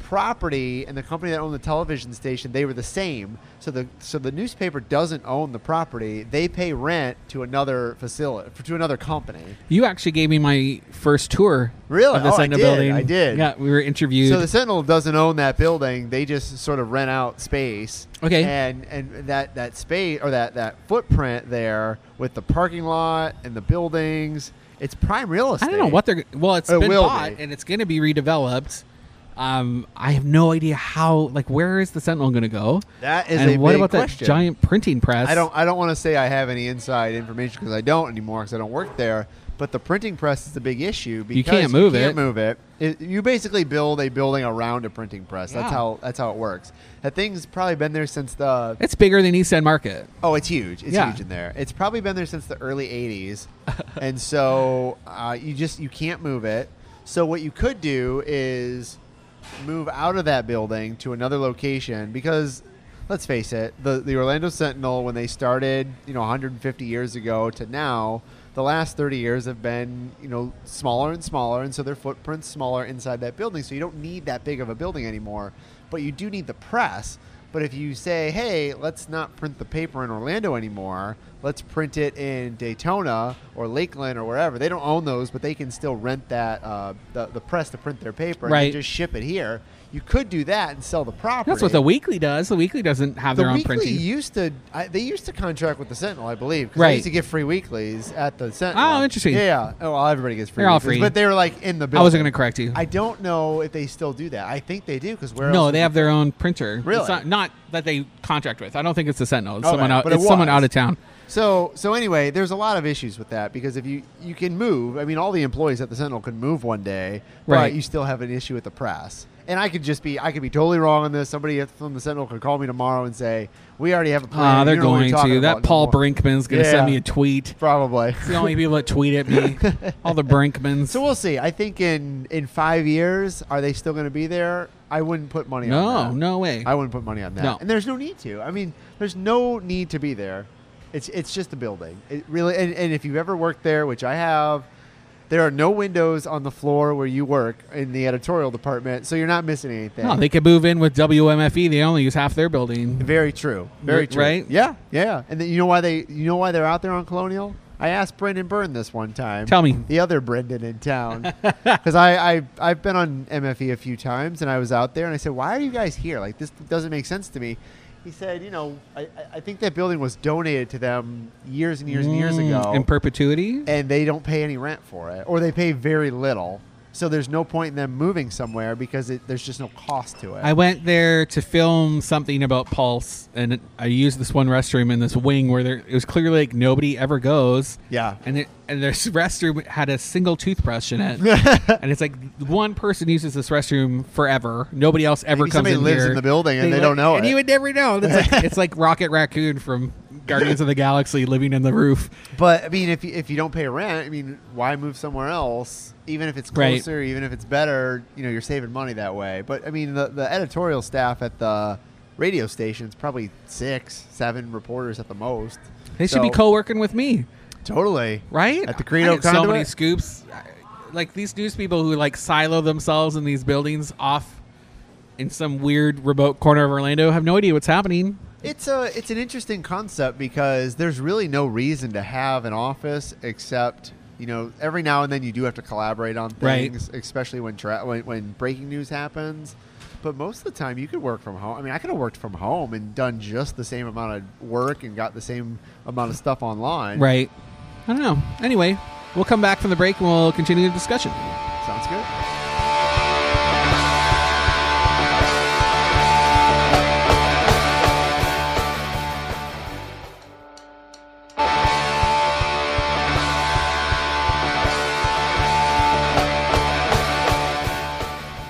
Speaker 1: property and the company that owned the television station, they were the same. So the so the newspaper doesn't own the property; they pay rent to another facility to another company.
Speaker 2: you actually gave me my first tour.
Speaker 1: Really?
Speaker 2: Of the
Speaker 1: Oh, I
Speaker 2: Sentinel
Speaker 1: did.
Speaker 2: building.
Speaker 1: I did.
Speaker 2: Yeah, we were interviewed.
Speaker 1: So the Sentinel doesn't own that building; they just sort of rent out space.
Speaker 2: Okay.
Speaker 1: And and that that space or that that footprint there with the parking lot and the buildings, it's prime real estate.
Speaker 2: I don't know what they're. Well, it's
Speaker 1: It
Speaker 2: been
Speaker 1: will
Speaker 2: bought
Speaker 1: be.
Speaker 2: and it's going to be redeveloped. Um, I have no idea how. Like, where is the Sentinel going to go?
Speaker 1: That is
Speaker 2: and
Speaker 1: a
Speaker 2: what
Speaker 1: big
Speaker 2: about
Speaker 1: question.
Speaker 2: that giant printing press?
Speaker 1: I don't. I don't want to say I have any inside information because I don't anymore because I don't work there. But the printing press is the big issue because
Speaker 2: can't move
Speaker 1: can't
Speaker 2: it.
Speaker 1: Move it. It- You basically build a building around a printing press. That's
Speaker 2: Yeah.
Speaker 1: how. That's how it works. That thing's probably been there since the.
Speaker 2: It's bigger than East End Market.
Speaker 1: Oh, it's huge. It's
Speaker 2: Yeah.
Speaker 1: huge in there. It's probably been there since the early '80s, and so uh, you just you can't move it. So what you could do is move out of that building to another location because let's face it, the the Orlando Sentinel when they started, you know, 150 years ago to now, the last 30 years have been, you know, smaller and smaller and so their footprint's smaller inside that building, so you don't need that big of a building anymore, but you do need the press. But if you say, "Hey, let's not print the paper in Orlando anymore. Let's print it in Daytona or Lakeland or wherever," they don't own those, but they can still rent that uh, the, the press to print their paper. and
Speaker 2: Right.
Speaker 1: just ship it here. You could do that and sell the property.
Speaker 2: That's what the Weekly does. The Weekly doesn't have
Speaker 1: The
Speaker 2: their own
Speaker 1: weekly
Speaker 2: printing.
Speaker 1: used to. I, they used to contract with the Sentinel, I believe. 'cause They
Speaker 2: Right.
Speaker 1: used to get free weeklies at the Sentinel.
Speaker 2: Oh, interesting.
Speaker 1: Yeah. Oh, well, everybody gets free.
Speaker 2: They're all
Speaker 1: weeklies,
Speaker 2: free.
Speaker 1: But they were like in the. Building.
Speaker 2: I wasn't going to correct you.
Speaker 1: I don't know if they still do that. I think they do because where?
Speaker 2: no,
Speaker 1: else
Speaker 2: they
Speaker 1: would
Speaker 2: have their own printer. It's
Speaker 1: Really?
Speaker 2: not, not that they contract with. I don't think it's the Sentinel. It's
Speaker 1: Okay,
Speaker 2: someone out.
Speaker 1: but it
Speaker 2: It's someone
Speaker 1: was.
Speaker 2: out of town.
Speaker 1: So so anyway, there's a lot of issues with that because if you you can move, I mean, all the employees at the Sentinel could move one day, but
Speaker 2: Right.
Speaker 1: you still have an issue with the press. And I could just be I could be totally wrong on this. Somebody from the Sentinel could call me tomorrow and say we already have a plan.
Speaker 2: Ah,
Speaker 1: Oh, You
Speaker 2: they're
Speaker 1: know what we're
Speaker 2: going
Speaker 1: talking
Speaker 2: to.
Speaker 1: about
Speaker 2: That
Speaker 1: no
Speaker 2: Paul
Speaker 1: more."
Speaker 2: Brinkman's going to
Speaker 1: Yeah.
Speaker 2: send me a tweet.
Speaker 1: probably.
Speaker 2: It's the only people that tweet at me. All the Brinkmans.
Speaker 1: So we'll see. I think in in five years, are they still going to be there? I wouldn't put money on
Speaker 2: no,
Speaker 1: that.
Speaker 2: no way.
Speaker 1: I wouldn't put money on that.
Speaker 2: No.
Speaker 1: And there's no need to. I mean, there's no need to be there. It's it's just a building. It really and, and if you've ever worked there, which I have, there are no windows on the floor where you work in the editorial department, so you're not missing anything.
Speaker 2: no, Oh, they could move in with WMFE. E. They only use half their building.
Speaker 1: Very true. Very
Speaker 2: R-
Speaker 1: true.
Speaker 2: right?
Speaker 1: Yeah. Yeah. And then you know why they you know why they're out there on Colonial? I asked Brendan Byrne this one time.
Speaker 2: Tell me.
Speaker 1: The other Brendan in town. Because I, I I've been on MFE a few times and I was out there and I said, Why are you guys here? Like this doesn't make sense to me. He said, you know, I, I- I think that building was donated to them years and years and years
Speaker 2: Mm,
Speaker 1: ago
Speaker 2: In perpetuity?
Speaker 1: and they don't pay any rent for it, or they pay very little. So there's no point in them moving somewhere because it, there's just no cost to it.
Speaker 2: I went there to film something about Pulse, and I used this one restroom in this wing where there, it was clearly like nobody ever goes.
Speaker 1: yeah.
Speaker 2: And, it, and this restroom had a single toothbrush in it. and it's like one person uses this restroom forever. Nobody else ever
Speaker 1: Maybe
Speaker 2: comes
Speaker 1: somebody
Speaker 2: in
Speaker 1: lives
Speaker 2: here.
Speaker 1: in the building and they
Speaker 2: like-
Speaker 1: don't know
Speaker 2: And
Speaker 1: it.
Speaker 2: you would never know. And It's like, it's like Rocket Raccoon from Guardians of the Galaxy living in the roof.
Speaker 1: But I mean, if you, if you don't pay rent, I mean, why move somewhere else? Even if it's
Speaker 2: Right.
Speaker 1: closer, even if it's better, you know, you're saving money that way. But I mean, the, the editorial staff at the radio station's probably six, seven reporters at the most.
Speaker 2: They should be
Speaker 1: So-
Speaker 2: co-working with me,
Speaker 1: totally
Speaker 2: right?
Speaker 1: at the
Speaker 2: I
Speaker 1: Credo
Speaker 2: get so many
Speaker 1: Conduit.
Speaker 2: scoops. Like these news people who like silo themselves in these buildings off in some weird remote corner of Orlando have no idea what's happening.
Speaker 1: It's a it's an interesting concept because there's really no reason to have an office except you know every now and then you do have to collaborate on
Speaker 2: Right.
Speaker 1: things, especially when, tra- when when breaking news happens. But most of the time, you could work from home. I mean, I could have worked from home and done just the same amount of work and got the same amount of stuff online.
Speaker 2: Right. I don't know. Anyway, we'll come back from the break and we'll continue the discussion.
Speaker 1: Sounds good.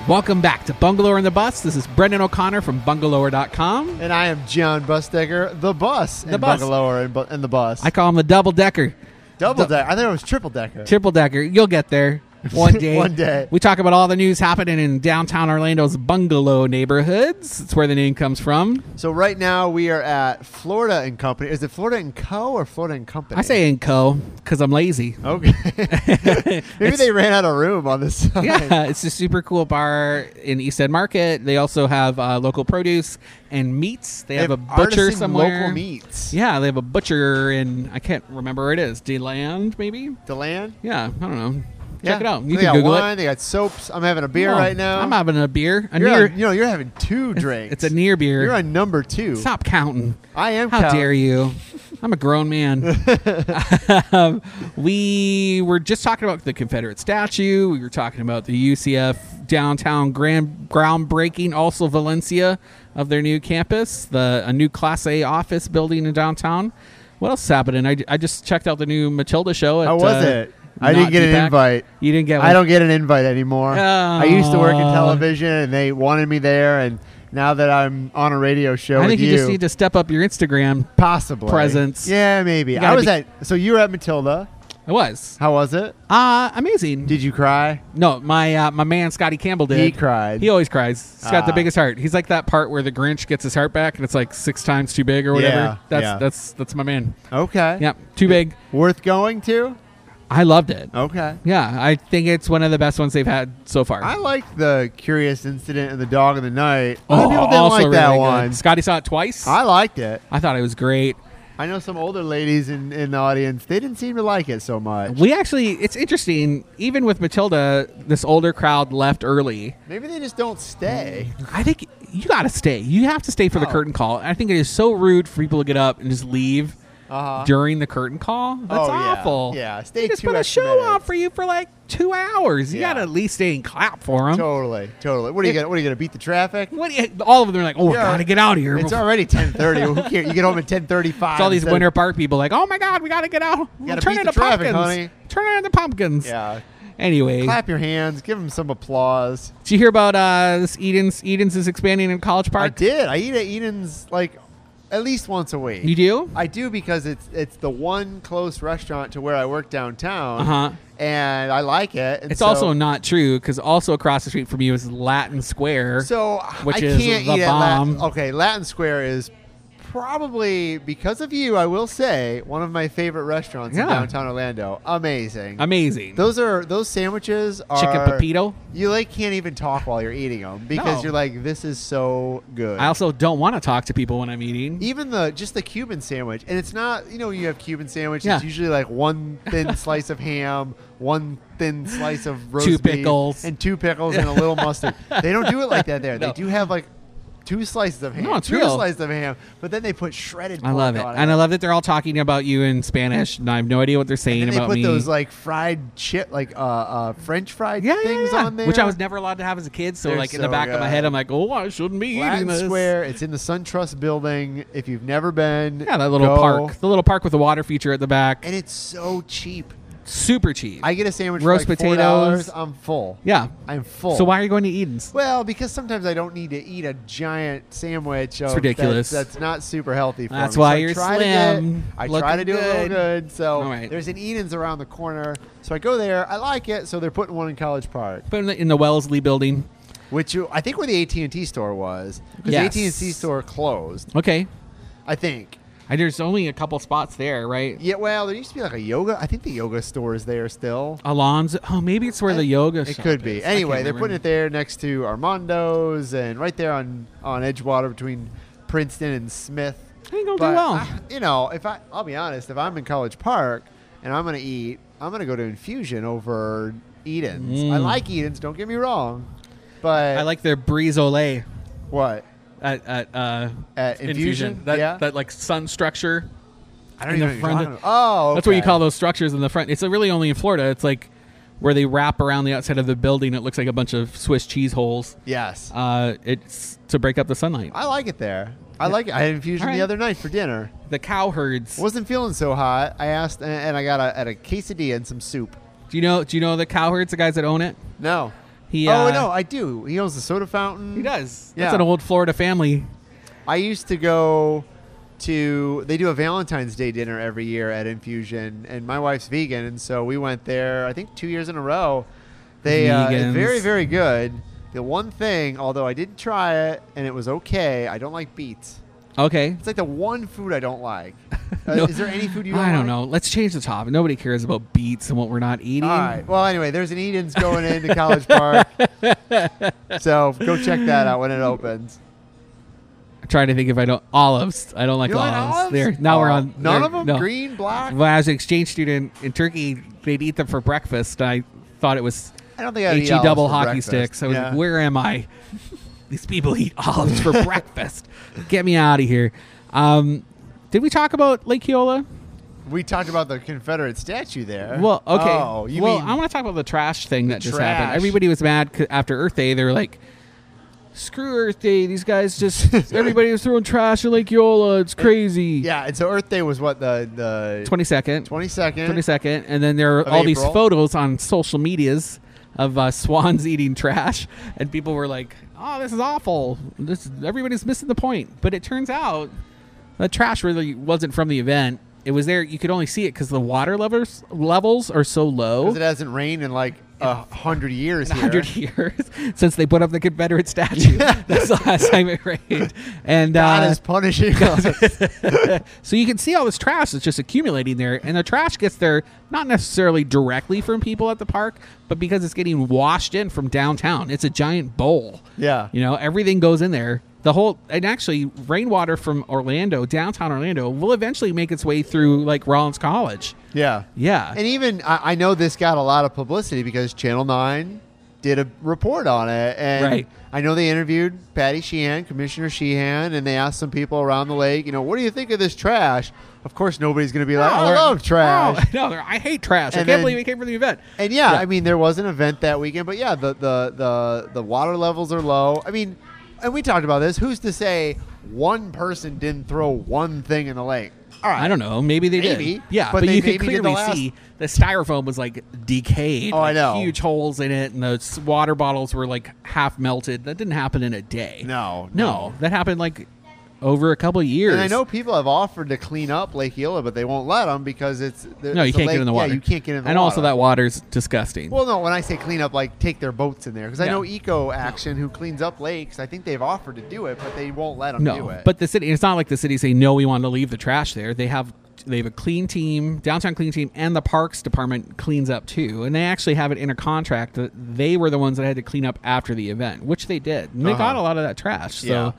Speaker 2: Welcome back to Bungalower and the Bus. This is Brendan O'Connor from bungalower.com.
Speaker 1: And I am John Busdecker, the bus, the and
Speaker 2: bus.
Speaker 1: Bungalower and, bu- and the bus.
Speaker 2: I call him the double decker,
Speaker 1: Double decker. I thought it was triple decker.
Speaker 2: triple decker. You'll get there one day.
Speaker 1: One day.
Speaker 2: We talk about all the news happening in downtown Orlando's bungalow neighborhoods. That's where the name comes from.
Speaker 1: So right now we are at Florida and Company. Is it Florida and Co. or Florida and Company?
Speaker 2: I say in co because I'm lazy.
Speaker 1: Okay. Maybe they ran out of room on this side.
Speaker 2: Yeah, it's a super cool bar in East End Market. They also have uh, local produce and meats. They, have, a butcher
Speaker 1: artisan
Speaker 2: somewhere.
Speaker 1: Local meats.
Speaker 2: Yeah, they have a butcher in I can't remember where it is. DeLand maybe.
Speaker 1: Deland.
Speaker 2: Yeah, I don't know.
Speaker 1: Yeah.
Speaker 2: Check it out.
Speaker 1: they
Speaker 2: You can
Speaker 1: got
Speaker 2: Google
Speaker 1: wine.
Speaker 2: it.
Speaker 1: They got soaps. I'm having a beer
Speaker 2: Oh,
Speaker 1: right now.
Speaker 2: I'm having a beer. A
Speaker 1: You're
Speaker 2: near.
Speaker 1: on, you know, you're having two drinks.
Speaker 2: it's a near beer.
Speaker 1: You're on number two.
Speaker 2: Stop counting.
Speaker 1: I am.
Speaker 2: How
Speaker 1: counting.
Speaker 2: dare you? I'm a grown man. um, we were just talking about the Confederate statue. We were talking about the UCF downtown grand groundbreaking, also Valencia, of their new campus, the a new Class A office building in downtown. What else is happening? I, I just checked out the new Matilda show. At,
Speaker 1: How was
Speaker 2: uh,
Speaker 1: it? I didn't
Speaker 2: Not
Speaker 1: get an
Speaker 2: Deepak.
Speaker 1: invite.
Speaker 2: You didn't get. One.
Speaker 1: I don't get an invite anymore. I used to work in
Speaker 2: Oh.
Speaker 1: television, and they wanted me there. And now that I'm on a radio show,
Speaker 2: I
Speaker 1: with
Speaker 2: think you, just need to step up your Instagram.
Speaker 1: possibly
Speaker 2: presence.
Speaker 1: Yeah, maybe. I
Speaker 2: gotta
Speaker 1: was
Speaker 2: be-
Speaker 1: at. So you were at Matilda.
Speaker 2: It was
Speaker 1: How was it?
Speaker 2: uh, amazing.
Speaker 1: Did you cry?
Speaker 2: No, my uh, my man Scotty Campbell did.
Speaker 1: He cried.
Speaker 2: He always cries. He's got the
Speaker 1: Ah.
Speaker 2: biggest heart. He's like that part where the Grinch gets his heart back and it's like six times too big or whatever.
Speaker 1: Yeah,
Speaker 2: that's
Speaker 1: yeah.
Speaker 2: that's that's my man.
Speaker 1: okay.
Speaker 2: Yeah, too big.
Speaker 1: Worth going to?
Speaker 2: I loved it.
Speaker 1: Okay.
Speaker 2: Yeah, I think it's one of the best ones they've had so far.
Speaker 1: I liked the curious incident of the dog in the night. A lot
Speaker 2: oh,
Speaker 1: of people didn't
Speaker 2: also
Speaker 1: like that
Speaker 2: really good.
Speaker 1: one.
Speaker 2: Scotty saw it twice.
Speaker 1: I liked it.
Speaker 2: I thought it was great.
Speaker 1: I know some older ladies in, in the audience. They didn't seem to like it so much.
Speaker 2: We actually, it's interesting. Even with Matilda, this older crowd left early.
Speaker 1: Maybe they just don't stay.
Speaker 2: I think you got to stay. You have to stay for the
Speaker 1: Oh.
Speaker 2: curtain call. I think it is so rude for people to get up and just leave
Speaker 1: Uh-huh.
Speaker 2: during the curtain call. That's
Speaker 1: Oh, yeah.
Speaker 2: awful.
Speaker 1: Yeah, stay
Speaker 2: They just
Speaker 1: two
Speaker 2: put a
Speaker 1: extra
Speaker 2: show on
Speaker 1: minutes.
Speaker 2: for you for like two hours. You
Speaker 1: Yeah.
Speaker 2: got to at least stay and clap for them.
Speaker 1: Totally, totally. What are you
Speaker 2: It-
Speaker 1: gonna? What are you gonna beat the traffic?
Speaker 2: What do you, all of them are like, oh, we
Speaker 1: Yeah.
Speaker 2: got to get out of here.
Speaker 1: It's already ten thirty. Who cares? You get home at ten thirty-five.
Speaker 2: It's all these Winter Park people like, oh my God, we got to get out.
Speaker 1: Gotta
Speaker 2: Turn
Speaker 1: beat
Speaker 2: into
Speaker 1: the traffic,
Speaker 2: pumpkins.
Speaker 1: honey.
Speaker 2: Turn into pumpkins.
Speaker 1: Yeah,
Speaker 2: Anyway,
Speaker 1: clap your hands. Give them some applause.
Speaker 2: did you hear about uh, this Eden's? Eden's is expanding in College
Speaker 1: I
Speaker 2: Park.
Speaker 1: did. I eat at Eden's like at least once a week.
Speaker 2: You do?
Speaker 1: I do because it's it's the one close restaurant to where I work downtown,
Speaker 2: Uh-huh.
Speaker 1: and I like it. And
Speaker 2: It's
Speaker 1: so-
Speaker 2: also not true because also across the street from you is Latin Square.
Speaker 1: so
Speaker 2: which
Speaker 1: I
Speaker 2: is
Speaker 1: can't
Speaker 2: the
Speaker 1: eat at Latin.
Speaker 2: bomb.
Speaker 1: Okay, Latin Square is probably because of you. I will say one of my favorite restaurants in
Speaker 2: Yeah.
Speaker 1: downtown Orlando. Amazing.
Speaker 2: Amazing.
Speaker 1: Those are those sandwiches are
Speaker 2: Chicken Pepito.
Speaker 1: You like can't even talk while you're eating them because
Speaker 2: No.
Speaker 1: you're like this is so good.
Speaker 2: I also don't want to talk to people when I'm eating.
Speaker 1: even the just the Cuban sandwich, and it's not you know you have Cuban sandwich. It's
Speaker 2: Yeah.
Speaker 1: usually like one thin slice of ham, one thin slice of roast
Speaker 2: Two
Speaker 1: beef,
Speaker 2: pickles.
Speaker 1: and two pickles and a little mustard. They don't do it like that there. They
Speaker 2: No.
Speaker 1: do have like two slices of ham,
Speaker 2: No, it's
Speaker 1: two
Speaker 2: real.
Speaker 1: slices of ham, but then they put shredded.
Speaker 2: I love it,
Speaker 1: pork on
Speaker 2: and I love that they're all talking about you in Spanish, and I have no idea what they're saying
Speaker 1: And they
Speaker 2: about
Speaker 1: put
Speaker 2: me.
Speaker 1: those like fried chip, like uh, uh, French fried
Speaker 2: yeah, yeah,
Speaker 1: things
Speaker 2: yeah.
Speaker 1: on there,
Speaker 2: which I was never allowed to have as a kid. So,
Speaker 1: They're
Speaker 2: like in
Speaker 1: so
Speaker 2: the back of my
Speaker 1: good.
Speaker 2: head, I'm like, oh, I shouldn't be eating
Speaker 1: Latin
Speaker 2: this.
Speaker 1: Square. It's in the SunTrust building. If you've never been,
Speaker 2: Yeah, that little
Speaker 1: go.
Speaker 2: park, the little park with the water feature at the back,
Speaker 1: and it's so cheap.
Speaker 2: super cheap.
Speaker 1: I get a sandwich
Speaker 2: Roast
Speaker 1: for like $4.
Speaker 2: potatoes.
Speaker 1: I'm full.
Speaker 2: yeah.
Speaker 1: I'm full.
Speaker 2: So why are you going to Eden's?
Speaker 1: Well, because sometimes I don't need to eat a giant sandwich. Of
Speaker 2: ridiculous.
Speaker 1: That's, that's not super healthy for
Speaker 2: That's
Speaker 1: me.
Speaker 2: why
Speaker 1: I
Speaker 2: you're
Speaker 1: try to
Speaker 2: slim,
Speaker 1: get- I try
Speaker 2: looking
Speaker 1: to do a little
Speaker 2: good.
Speaker 1: good. So
Speaker 2: All right.
Speaker 1: there's an Eden's around the corner. So I go there. I like it. So they're putting one in College Park,
Speaker 2: But in the, in the Wellesley building.
Speaker 1: which you, I think where the AT and T store was because
Speaker 2: Yes.
Speaker 1: the AT and T store closed.
Speaker 2: Okay.
Speaker 1: I think.
Speaker 2: I, there's only a couple spots there, right?
Speaker 1: Yeah. Well, there used to be like a yoga. I think the yoga store is there still.
Speaker 2: Alonzo. Oh, maybe it's where the yoga.
Speaker 1: It
Speaker 2: shop
Speaker 1: could be.
Speaker 2: is. I
Speaker 1: Anyway,
Speaker 2: can't
Speaker 1: they're
Speaker 2: remember.
Speaker 1: putting it there next to Armando's and right there on on Edgewater between Princeton and Smith.
Speaker 2: I think it'll do
Speaker 1: But
Speaker 2: well.
Speaker 1: I- you know, if I I'll be honest, if I'm in College Park and I'm going to eat, I'm going to go to Infusion over Eden's. I
Speaker 2: Mm.
Speaker 1: like Eden's. Don't get me wrong, but
Speaker 2: I like their brisolé
Speaker 1: what
Speaker 2: at, at, uh,
Speaker 1: At Infusion?
Speaker 2: That,
Speaker 1: Yeah.
Speaker 2: that like sun structure.
Speaker 1: I don't
Speaker 2: in the
Speaker 1: even know what you're
Speaker 2: front
Speaker 1: talking about. Oh,
Speaker 2: That's what you
Speaker 1: okay.
Speaker 2: call those structures in the front. It's really only in Florida. It's like where they wrap around the outside of the building. It looks like a bunch of Swiss cheese holes.
Speaker 1: Yes,
Speaker 2: Uh, it's to break up the sunlight.
Speaker 1: I like it there. I like it. I had Infusion
Speaker 2: All
Speaker 1: the
Speaker 2: right.
Speaker 1: other night for dinner.
Speaker 2: The cowherds.
Speaker 1: Wasn't feeling so hot. I asked, and, and I got a, at a quesadilla and some soup.
Speaker 2: Do you know? Do you know the cowherds? The guys that own it.
Speaker 1: No.
Speaker 2: He.
Speaker 1: Oh
Speaker 2: uh,
Speaker 1: no, I do. He owns the soda fountain.
Speaker 2: He does.
Speaker 1: Yeah.
Speaker 2: That's an old Florida family.
Speaker 1: I used to go to they do a Valentine's Day dinner every year at Infusion, and my wife's vegan, and so we went there. I think two years in a row. They uh,
Speaker 2: Vegans.
Speaker 1: very very good. The one thing, although I did try it and it was okay, I don't like beets.
Speaker 2: Okay.
Speaker 1: It's like the one food I don't like. Uh,
Speaker 2: No.
Speaker 1: Is there any food you? Don't
Speaker 2: I don't
Speaker 1: like?
Speaker 2: know. Let's change the topic. Nobody cares about beets and what we're not eating.
Speaker 1: All right. Well, anyway, there's an Eden's going into College Park, so go check that out when it opens.
Speaker 2: I'm trying to think if I don't olives. I don't like
Speaker 1: You don't like
Speaker 2: olives.
Speaker 1: olives?
Speaker 2: There. Now we're
Speaker 1: Oh,
Speaker 2: on
Speaker 1: none
Speaker 2: there-
Speaker 1: of them.
Speaker 2: no.
Speaker 1: Green, black.
Speaker 2: When I was an exchange student in Turkey, they'd eat them for breakfast. and I thought it was
Speaker 1: I don't think I
Speaker 2: he
Speaker 1: eat olives
Speaker 2: E double
Speaker 1: for
Speaker 2: hockey
Speaker 1: E breakfast.
Speaker 2: sticks. I was
Speaker 1: Yeah.
Speaker 2: like, where am I? These people eat olives for breakfast. Get me out of here. Um, Did we talk about Lake Keola?
Speaker 1: We talked about the Confederate statue there.
Speaker 2: Well, okay.
Speaker 1: Oh, you
Speaker 2: well,
Speaker 1: mean
Speaker 2: I want to talk about the trash thing that just happened.
Speaker 1: trash.
Speaker 2: Everybody was mad 'cause after Earth Day. They were like, "Screw Earth Day! These guys just everybody was throwing trash at Lake Yola. It's crazy."
Speaker 1: yeah? And so Earth Day was what the the
Speaker 2: Twenty second,
Speaker 1: twenty second.
Speaker 2: twenty second, and then there are
Speaker 1: Of
Speaker 2: all these
Speaker 1: April.
Speaker 2: photos on social medias of uh, swans eating trash, and people were like, "Oh, this is awful! This everybody's missing the point." But it turns out the trash really wasn't from the event. It was there. You could only see it because the water levels levels are so low.
Speaker 1: Because it hasn't rained in like a hundred years here.
Speaker 2: hundred years since they put up the Confederate statue. That's the last time it rained, and
Speaker 1: God
Speaker 2: uh,
Speaker 1: is punishing us.
Speaker 2: so you can see all this trash that's just accumulating there. And the trash gets there not necessarily directly from people at the park, but because it's getting washed in from downtown. It's a giant bowl.
Speaker 1: Yeah.
Speaker 2: you know everything goes in there. The whole and actually rainwater from Orlando, downtown Orlando, will eventually make its way through like Rollins College.
Speaker 1: yeah.
Speaker 2: Yeah,
Speaker 1: And even I, I know this got a lot of publicity because Channel Nine did a report on it, and
Speaker 2: Right.
Speaker 1: I know they interviewed Patty Sheehan, Commissioner Sheehan, and they asked some people around the lake, you know, what do you think of this trash? Of course, nobody's going to be like,
Speaker 2: Oh,
Speaker 1: I
Speaker 2: they're-
Speaker 1: love trash.
Speaker 2: Oh, no, they're- I hate trash. I
Speaker 1: And
Speaker 2: can't
Speaker 1: then-
Speaker 2: believe it came from the event.
Speaker 1: And yeah,
Speaker 2: Yeah.
Speaker 1: I mean there was an event that weekend, but yeah, the, the the the water levels are low. I mean, and we talked about this. Who's to say one person didn't throw one thing in the lake? All right,
Speaker 2: I don't know. Maybe they did.
Speaker 1: Maybe.
Speaker 2: Yeah, but,
Speaker 1: But they
Speaker 2: you could
Speaker 1: maybe did the
Speaker 2: clearly
Speaker 1: last-
Speaker 2: see the styrofoam was like decayed.
Speaker 1: Oh, I
Speaker 2: like,
Speaker 1: know.
Speaker 2: Huge holes in it, and the s- water bottles were like half melted. That didn't happen in a day.
Speaker 1: No,
Speaker 2: no, that happened like over a couple of years.
Speaker 1: And I know people have offered to clean up Lake Eola, but they won't let them because it's
Speaker 2: No, you can't get in the water.
Speaker 1: Yeah, you can't get in the
Speaker 2: and
Speaker 1: water.
Speaker 2: also that water's disgusting.
Speaker 1: Well, no. When I say clean up, like take their boats in there, because I
Speaker 2: Yeah.
Speaker 1: know Eco Action, who cleans up lakes, I think they've offered to do it, but they won't let them do
Speaker 2: no,
Speaker 1: it.
Speaker 2: but the city. It's not like the city saying no. We want to leave the trash there. They have they have a clean team, downtown clean team, and the parks department cleans up too. And they actually have it in a contract that they were the ones that had to clean up after the event, which they did. And They
Speaker 1: Uh-huh.
Speaker 2: got a lot of that trash. So
Speaker 1: Yeah.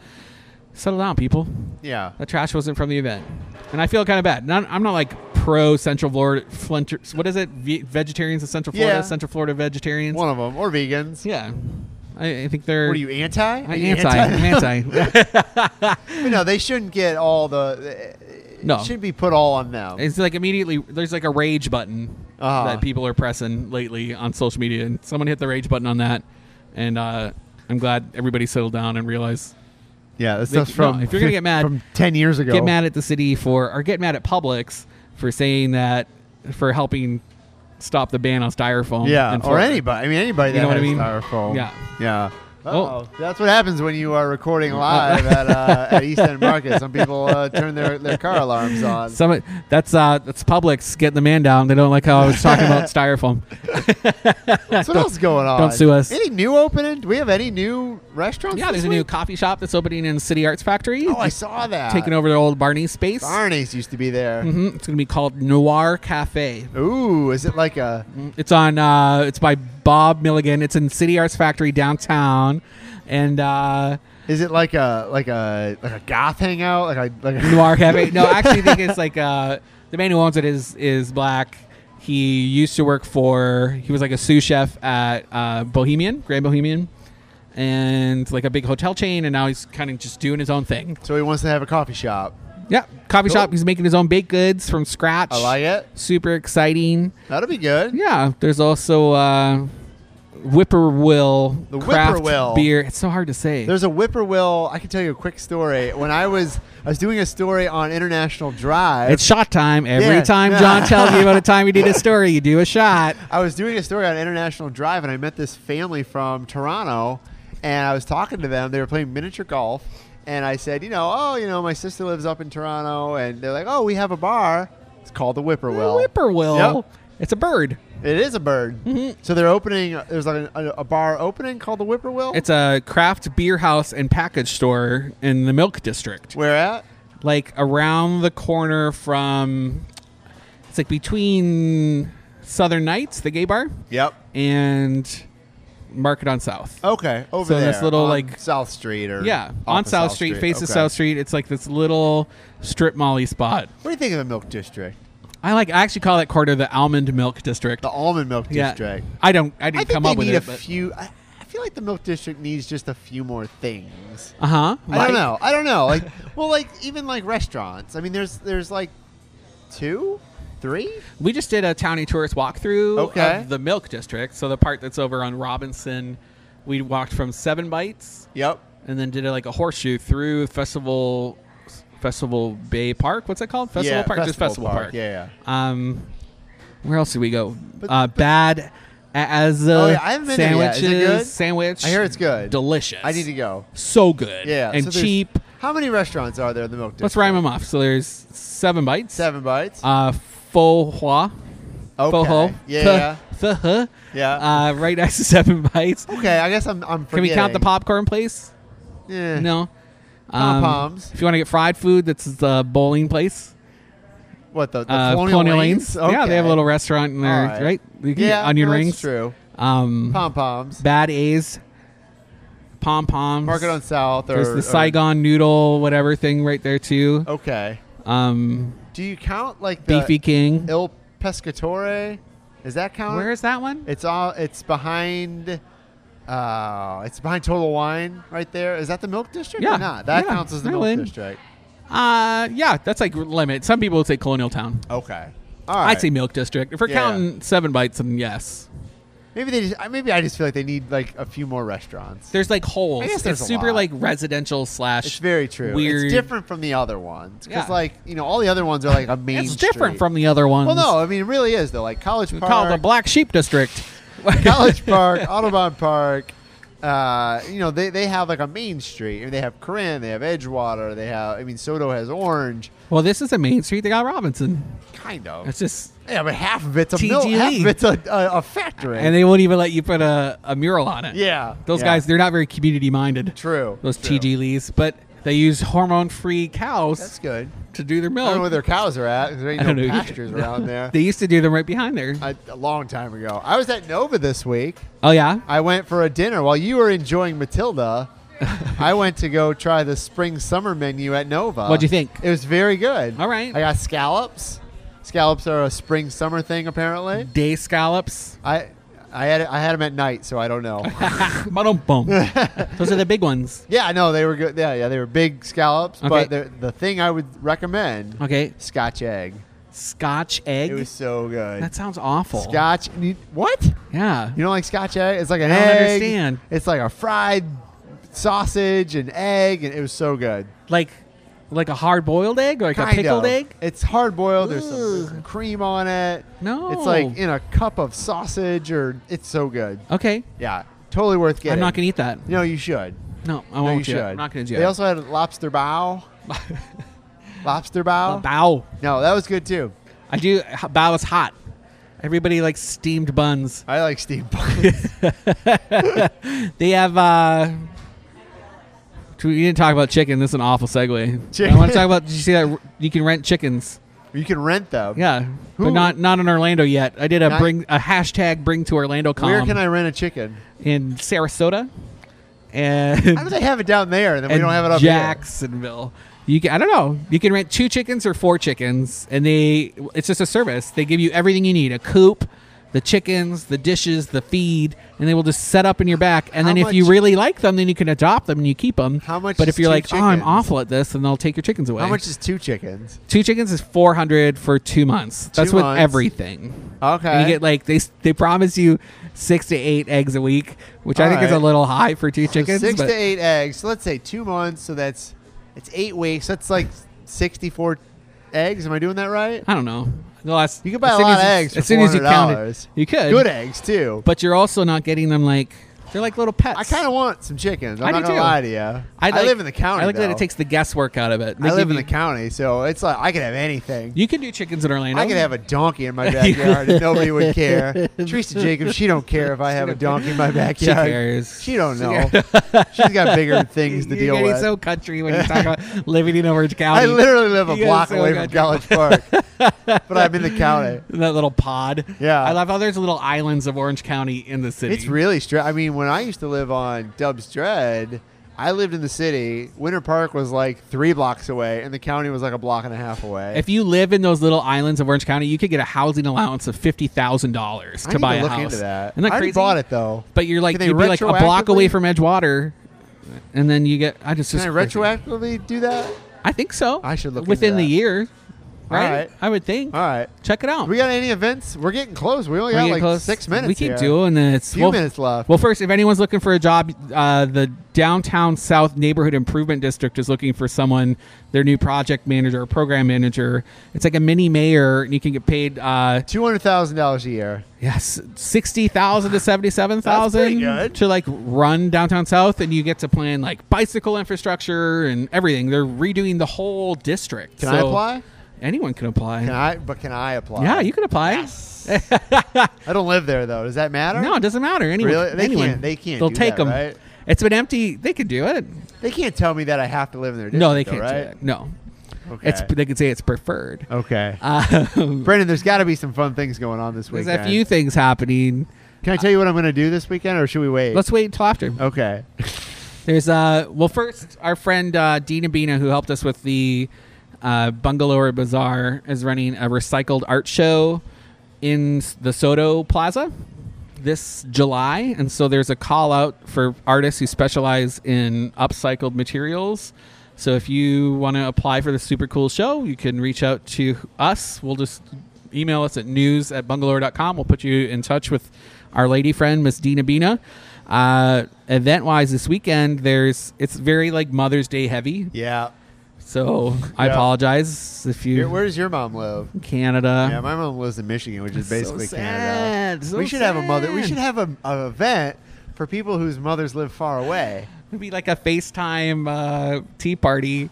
Speaker 2: settle down, people.
Speaker 1: yeah,
Speaker 2: The trash wasn't from the event, and I feel kind of bad. Not, I'm not like pro Central Florida. Flinter, what is it? V- vegetarians of Central Florida.
Speaker 1: Yeah.
Speaker 2: Central Florida vegetarians.
Speaker 1: one of them or vegans.
Speaker 2: yeah, I, I think they're.
Speaker 1: What are you anti? Are
Speaker 2: I'm
Speaker 1: you
Speaker 2: anti. I'm anti.
Speaker 1: But no, they shouldn't get all the.
Speaker 2: No.
Speaker 1: it should be put all on them.
Speaker 2: It's like immediately there's like a rage button
Speaker 1: Uh-huh.
Speaker 2: that people are pressing lately on social media, and someone hit the rage button on that, and uh, I'm glad everybody settled down and realized
Speaker 1: yeah, this
Speaker 2: They- stuff's no, from- if you're gonna get mad- from
Speaker 1: ten years ago.
Speaker 2: get mad at the city for or get mad at Publix for saying that for helping stop the ban on styrofoam.
Speaker 1: yeah,
Speaker 2: in
Speaker 1: or
Speaker 2: Florida.
Speaker 1: anybody. I mean, anybody that
Speaker 2: You know what I
Speaker 1: has
Speaker 2: mean?
Speaker 1: styrofoam.
Speaker 2: Yeah.
Speaker 1: yeah.
Speaker 2: Oh.
Speaker 1: Oh, that's what happens when you are recording live at uh, at East End Market. Some people uh, turn their, their car alarms on.
Speaker 2: Some that's uh that's Publix getting the man down. They don't like how I was talking about styrofoam.
Speaker 1: So what else is going on?
Speaker 2: don't sue us.
Speaker 1: Any new opening? Do we have any new restaurants?
Speaker 2: Yeah,
Speaker 1: this
Speaker 2: there's a new
Speaker 1: week?
Speaker 2: coffee shop that's opening in City Arts Factory.
Speaker 1: Oh, I saw that.
Speaker 2: taking over the old Barney space.
Speaker 1: Barney's used to be there.
Speaker 2: hmm It's going to be called Noir Cafe.
Speaker 1: Ooh, is it like a?
Speaker 2: It's on. Uh, it's by Bob Milligan. It's in City Arts Factory downtown, and uh,
Speaker 1: Is it like a like a like a goth hangout? Like a like a,
Speaker 2: Noir Cafe. No, I actually think it's like uh, the man who owns it is is black. He used to work for. He was like a sous chef at uh, Bohemian Grand Bohemian, and like a big hotel chain. And now he's kind of just doing his own thing.
Speaker 1: So he wants to have a coffee shop.
Speaker 2: Yeah, coffee
Speaker 1: Cool.
Speaker 2: shop. He's making his own baked goods from scratch.
Speaker 1: I like it.
Speaker 2: Super exciting.
Speaker 1: That'll be good.
Speaker 2: Yeah, there's also uh, Whippoorwill.
Speaker 1: The
Speaker 2: craft
Speaker 1: Whippoorwill.
Speaker 2: beer. It's so hard to say.
Speaker 1: There's a whippoorwill. I can tell you a quick story. When I was I was doing a story on International Drive.
Speaker 2: it's shot time every
Speaker 1: Yeah.
Speaker 2: time John tells you about a time you did a story. You do a shot.
Speaker 1: I was doing a story on International Drive, and I met this family from Toronto, and I was talking to them. They were playing miniature golf, and I said, you know, oh, you know, my sister lives up in Toronto, and they're like, oh, we have a bar. It's called the Whippoorwill.
Speaker 2: Whippoorwill. Mm-hmm.
Speaker 1: Yep.
Speaker 2: It's a bird.
Speaker 1: It is a bird. So they're opening. There's like a, a bar opening called the Whippoorwill.
Speaker 2: It's a craft beer house and package store in the Milk District,
Speaker 1: where at?
Speaker 2: like around the corner from. It's like between Southern Nights, the gay bar,
Speaker 1: Yep.
Speaker 2: and Market on South.
Speaker 1: Okay, over
Speaker 2: So
Speaker 1: there.
Speaker 2: this little,
Speaker 1: on
Speaker 2: like-
Speaker 1: South Street or
Speaker 2: Yeah,
Speaker 1: off
Speaker 2: on
Speaker 1: of
Speaker 2: South, Street, faces
Speaker 1: Okay.
Speaker 2: South Street. It's like this little strip molly spot.
Speaker 1: What do you think of the Milk District?
Speaker 2: I like. I actually call that quarter the almond milk district.
Speaker 1: The almond milk
Speaker 2: yeah,
Speaker 1: district.
Speaker 2: I don't. I didn't
Speaker 1: I think
Speaker 2: come
Speaker 1: they
Speaker 2: up with
Speaker 1: need
Speaker 2: it.
Speaker 1: a
Speaker 2: but
Speaker 1: few. I, I feel like the Milk District needs just a few more things.
Speaker 2: Uh huh.
Speaker 1: I don't know. I don't know. Like, well, like even like restaurants. I mean, there's there's like two, three.
Speaker 2: We just did a townie tourist walkthrough
Speaker 1: Okay.
Speaker 2: of the Milk District. So the part that's over on Robinson, we walked from Seven Bites
Speaker 1: Yep.
Speaker 2: and then did a, like a horseshoe through Festival Festival Bay Park. What's it called? Festival
Speaker 1: yeah,
Speaker 2: Park. just Festival Park.
Speaker 1: Yeah, yeah.
Speaker 2: Um, where else did we go?
Speaker 1: But-
Speaker 2: uh, bad as
Speaker 1: Oh,
Speaker 2: a
Speaker 1: yeah, I haven't been there yet.
Speaker 2: sandwiches.
Speaker 1: Is it good?
Speaker 2: Sandwich.
Speaker 1: I hear it's good.
Speaker 2: Delicious.
Speaker 1: I need to go.
Speaker 2: So good.
Speaker 1: Yeah,
Speaker 2: And
Speaker 1: so there's-
Speaker 2: cheap.
Speaker 1: How many restaurants are there in the Milk District?
Speaker 2: Let's rhyme them off. So there's seven bites.
Speaker 1: Seven bites.
Speaker 2: Uh, faux hua. Faux ho.
Speaker 1: Yeah. yeah.
Speaker 2: Th- th- huh.
Speaker 1: yeah.
Speaker 2: Uh, right next to seven bites.
Speaker 1: okay. I guess I'm. I'm
Speaker 2: Can we count the
Speaker 1: forgetting. Eh,
Speaker 2: popcorn place?
Speaker 1: Yeah.
Speaker 2: No. Um,
Speaker 1: Pom-poms.
Speaker 2: If you want to get fried food, that's the bowling place.
Speaker 1: What the, the
Speaker 2: Uh,
Speaker 1: Colonial, Lanes?
Speaker 2: Yeah, they have a
Speaker 1: Okay.
Speaker 2: little restaurant in there,
Speaker 1: All right.
Speaker 2: right? You can get
Speaker 1: Yeah,
Speaker 2: onion
Speaker 1: no, that's
Speaker 2: rings.
Speaker 1: True.
Speaker 2: Um,
Speaker 1: Pom poms.
Speaker 2: Bad A's, pom poms.
Speaker 1: Market on South. Or,
Speaker 2: There's
Speaker 1: or- uh,
Speaker 2: the Saigon noodle, whatever thing right there too.
Speaker 1: Okay.
Speaker 2: Um,
Speaker 1: Do you count like the
Speaker 2: Beefy King.
Speaker 1: Il Pescatore? Is that count?
Speaker 2: Where is that one?
Speaker 1: It's all. It's behind. Uh, it's behind Total Wine right there. Is that the Milk District
Speaker 2: Yeah,
Speaker 1: or not? That
Speaker 2: yeah,
Speaker 1: counts as the
Speaker 2: that
Speaker 1: Milk
Speaker 2: one.
Speaker 1: District.
Speaker 2: Uh, yeah, that's like limit. Some people would say Colonial Town.
Speaker 1: Okay. All right.
Speaker 2: I'd say Milk District. If we're
Speaker 1: Yeah.
Speaker 2: counting seven bites, then yes.
Speaker 1: Maybe they. Just, I- maybe I just feel like they need like a few more restaurants.
Speaker 2: There's like holes.
Speaker 1: I guess there's
Speaker 2: it's
Speaker 1: a
Speaker 2: super
Speaker 1: lot.
Speaker 2: like residential slash.
Speaker 1: it's very true.
Speaker 2: Weird.
Speaker 1: It's different from the other ones because
Speaker 2: Yeah.
Speaker 1: like you know all the other ones are like a main.
Speaker 2: It's different
Speaker 1: street.
Speaker 2: from the other ones.
Speaker 1: Well, no, I mean it really is though. Like College
Speaker 2: We
Speaker 1: Park,
Speaker 2: call it the Black Sheep District.
Speaker 1: College Park, Audubon Park. Uh, you know, they, they have like a main street. I mean, they have Corinne, they have Edgewater, they have. I mean, Soto has Orange,
Speaker 2: well, this is a main street. They got Robinson.
Speaker 1: kind of.
Speaker 2: It's just,
Speaker 1: yeah, but half of it's a
Speaker 2: TG
Speaker 1: mill, half of
Speaker 2: Lee.
Speaker 1: it's a, a, a factory.
Speaker 2: and they won't even let you put a, a mural on it.
Speaker 1: yeah,
Speaker 2: Those
Speaker 1: yeah.
Speaker 2: guys, they're not very community minded.
Speaker 1: True.
Speaker 2: Those
Speaker 1: true.
Speaker 2: TG Lees, but they use hormone free cows
Speaker 1: That's good.
Speaker 2: to do their
Speaker 1: I don't know where
Speaker 2: milk.
Speaker 1: their cows are at. 'cause There ain't
Speaker 2: Oh. I
Speaker 1: no
Speaker 2: don't know.
Speaker 1: pastures around there.
Speaker 2: They used to do them right behind there.
Speaker 1: I, a long time ago, I was at Nova this week.
Speaker 2: Oh, yeah?
Speaker 1: I went for a dinner while you were enjoying Matilda. I went to go try the spring summer menu at Nova.
Speaker 2: What'd you think?
Speaker 1: It was very good.
Speaker 2: All right.
Speaker 1: I got scallops. Scallops are a spring summer thing apparently.
Speaker 2: Day scallops.
Speaker 1: I I had I had them at night, so I don't know.
Speaker 2: Bottom bump. Those are the big ones.
Speaker 1: yeah, I know they were good. Yeah, yeah, they were big scallops,
Speaker 2: Okay.
Speaker 1: but the the thing I would recommend
Speaker 2: Okay.
Speaker 1: Scotch egg.
Speaker 2: Scotch egg.
Speaker 1: It was so good.
Speaker 2: that sounds awful.
Speaker 1: Scotch you- what?
Speaker 2: Yeah.
Speaker 1: You don't like Scotch egg? It's like an
Speaker 2: I don't
Speaker 1: egg.
Speaker 2: understand.
Speaker 1: It's like a fried sausage and egg, and it was so good.
Speaker 2: Like like a hard boiled egg? Like a
Speaker 1: Kind
Speaker 2: pickled
Speaker 1: of.
Speaker 2: egg?
Speaker 1: It's hard boiled. There's some, there's
Speaker 2: Ugh. Oh.
Speaker 1: some cream on it.
Speaker 2: No.
Speaker 1: It's like in a cup of sausage, or it's so good.
Speaker 2: Okay.
Speaker 1: Yeah, totally worth getting.
Speaker 2: I'm not going to eat that.
Speaker 1: No, you should.
Speaker 2: No, I
Speaker 1: No,
Speaker 2: won't
Speaker 1: you
Speaker 2: do
Speaker 1: should.
Speaker 2: it. I'm not going to do
Speaker 1: They
Speaker 2: it.
Speaker 1: also had lobster bow. lobster
Speaker 2: Uh,
Speaker 1: bow.
Speaker 2: bow.
Speaker 1: No, that was good too.
Speaker 2: I do. h- Bow is hot. Everybody likes steamed buns.
Speaker 1: I like steam buns.
Speaker 2: They have. uh We didn't talk about chicken. This is an awful segue.
Speaker 1: Chicken.
Speaker 2: I want to talk about. Did you see that? r- You can rent chickens.
Speaker 1: you can rent them.
Speaker 2: Yeah,
Speaker 1: Who-
Speaker 2: but not not in Orlando yet. I did a
Speaker 1: Not-
Speaker 2: bring a hashtag bring to Orlando column
Speaker 1: Where can I rent a chicken?
Speaker 2: in Sarasota, and
Speaker 1: How do they have it down there? And then we
Speaker 2: and
Speaker 1: don't have it up here.
Speaker 2: Jacksonville. You can, I don't know. You can rent two chickens or four chickens, and they it's just a service. They give you everything you need: a coop, the chickens, the dishes, the feed, and they will just set up in your back. And
Speaker 1: How
Speaker 2: then if you
Speaker 1: much-
Speaker 2: really like them, then you can adopt them and you keep them.
Speaker 1: How much
Speaker 2: But
Speaker 1: is
Speaker 2: if you're
Speaker 1: two
Speaker 2: like, oh, I'm
Speaker 1: chickens?"
Speaker 2: awful at this, then they'll take your chickens away.
Speaker 1: How much is two chickens?
Speaker 2: Two chickens is four hundred for two months. That's
Speaker 1: Two
Speaker 2: with
Speaker 1: months.
Speaker 2: everything.
Speaker 1: Okay.
Speaker 2: And you get like they they promise you six to eight eggs a week, which I
Speaker 1: All
Speaker 2: think is a
Speaker 1: right.
Speaker 2: little high for two chickens.
Speaker 1: six
Speaker 2: but
Speaker 1: to eight eggs. So let's say two months. So that's it's eight weeks. That's like sixty-four eggs. Am I doing that right?
Speaker 2: I don't know. The last
Speaker 1: You could buy
Speaker 2: as
Speaker 1: a
Speaker 2: soon
Speaker 1: lot
Speaker 2: as
Speaker 1: of
Speaker 2: you-
Speaker 1: eggs for
Speaker 2: As soon as you count
Speaker 1: $400.
Speaker 2: it, you could.
Speaker 1: Good eggs too.
Speaker 2: but you're also not getting them like they're like little pets.
Speaker 1: I kind of want some chickens. I'm
Speaker 2: I
Speaker 1: not
Speaker 2: do
Speaker 1: gonna
Speaker 2: too.
Speaker 1: lie to you. I,
Speaker 2: I like-
Speaker 1: live in the county.
Speaker 2: I like that
Speaker 1: though.
Speaker 2: it takes the guesswork out of it. They
Speaker 1: I live
Speaker 2: give
Speaker 1: in the
Speaker 2: you,
Speaker 1: county, so it's like I could have anything.
Speaker 2: You can do chickens in Orlando.
Speaker 1: I could have a donkey in my backyard and nobody would care. Teresa Jacobs, she don't care if I have a donkey in my
Speaker 2: She
Speaker 1: backyard.
Speaker 2: cares.
Speaker 1: She don't know. She's got bigger things to
Speaker 2: You're
Speaker 1: deal
Speaker 2: getting
Speaker 1: with.
Speaker 2: so country when you talk about living in Orange County.
Speaker 1: I literally live a
Speaker 2: You guys
Speaker 1: block
Speaker 2: so
Speaker 1: away
Speaker 2: got
Speaker 1: from College Park, but I'm in the county.
Speaker 2: that little pod.
Speaker 1: Yeah.
Speaker 2: I love how there's little islands of Orange County in the city.
Speaker 1: It's really straight. I mean, when I used to live on Dubs Dread, I lived in the city. Winter Park was like three blocks away, and the county was like a block and a half away.
Speaker 2: If you live in those little islands of Orange County, you could get a housing allowance of fifty thousand dollars to
Speaker 1: I need
Speaker 2: buy
Speaker 1: to look
Speaker 2: a house.
Speaker 1: into that.
Speaker 2: Isn't
Speaker 1: I
Speaker 2: that
Speaker 1: already
Speaker 2: crazy?
Speaker 1: bought it though.
Speaker 2: But you're like
Speaker 1: Can they
Speaker 2: you'd be like a block
Speaker 1: retroactively-
Speaker 2: away from Edgewater, and then you get I just
Speaker 1: Can
Speaker 2: just
Speaker 1: I
Speaker 2: crazy.
Speaker 1: retroactively do that?
Speaker 2: I think so.
Speaker 1: I should look
Speaker 2: within
Speaker 1: into
Speaker 2: the
Speaker 1: that.
Speaker 2: year, right?
Speaker 1: right.
Speaker 2: I would think.
Speaker 1: All right.
Speaker 2: Check it out.
Speaker 1: We got any events? We're getting close. We only
Speaker 2: We're
Speaker 1: got
Speaker 2: getting
Speaker 1: like
Speaker 2: close.
Speaker 1: six minutes.
Speaker 2: We keep
Speaker 1: here.
Speaker 2: doing this.
Speaker 1: Few
Speaker 2: Well-
Speaker 1: minutes left.
Speaker 2: Well, first, if anyone's looking for a job, uh, the Downtown South Neighborhood Improvement District is looking for someone, their new project manager or program manager. It's like a mini mayor, and you can get paid, uh,
Speaker 1: Two hundred thousand dollars a year.
Speaker 2: yes, 60000 to 77000
Speaker 1: That's pretty good.
Speaker 2: to like run Downtown South, and you get to plan like bicycle infrastructure and everything. They're redoing the whole district.
Speaker 1: Can I
Speaker 2: So
Speaker 1: apply?
Speaker 2: Anyone can apply.
Speaker 1: Can I? But can I apply?
Speaker 2: yeah, you can apply.
Speaker 1: I don't live there though. Does that matter?
Speaker 2: No, it doesn't matter. Anyone,
Speaker 1: Really? They
Speaker 2: anyone.
Speaker 1: can't- they can't
Speaker 2: They'll
Speaker 1: do
Speaker 2: take
Speaker 1: that,
Speaker 2: them.
Speaker 1: right?
Speaker 2: It's been empty. They could do it.
Speaker 1: They can't tell me that I have to live in their district.
Speaker 2: no, they
Speaker 1: though,
Speaker 2: can't do
Speaker 1: right?
Speaker 2: that. No,
Speaker 1: Okay. Oh.
Speaker 2: it's they could say it's preferred.
Speaker 1: okay.
Speaker 2: Uh,
Speaker 1: Brendan, there's got to be some fun things going on this
Speaker 2: there's
Speaker 1: weekend.
Speaker 2: a few things happening.
Speaker 1: Can I tell you what I'm going to do this weekend, or should we wait?
Speaker 2: Let's wait until after.
Speaker 1: Okay.
Speaker 2: There's uh well first our friend uh, Dina Bina who helped us with the uh, Bungalower Bazaar is running a recycled art show in s- the Soto Plaza this July, and so there's a call out for artists who specialize in upcycled materials. So if you want to apply for this super cool show, you can reach out to us. We'll just email us at news at bungalower.com. We'll put you in touch with our lady friend, Miss Dina Bina. Uh, event wise, this weekend, there's it's very like Mother's Day heavy.
Speaker 1: Yeah.
Speaker 2: So I
Speaker 1: Yeah.
Speaker 2: apologize if
Speaker 1: Here-
Speaker 2: you
Speaker 1: Where does your mom live?
Speaker 2: Canada.
Speaker 1: Yeah, my mom lives in Michigan, which is
Speaker 2: So
Speaker 1: basically
Speaker 2: sad,
Speaker 1: Canada.
Speaker 2: so
Speaker 1: we should have a mother. We
Speaker 2: sad.
Speaker 1: should have a, an event for people whose mothers live far away,
Speaker 2: It'd be like a FaceTime uh, tea party.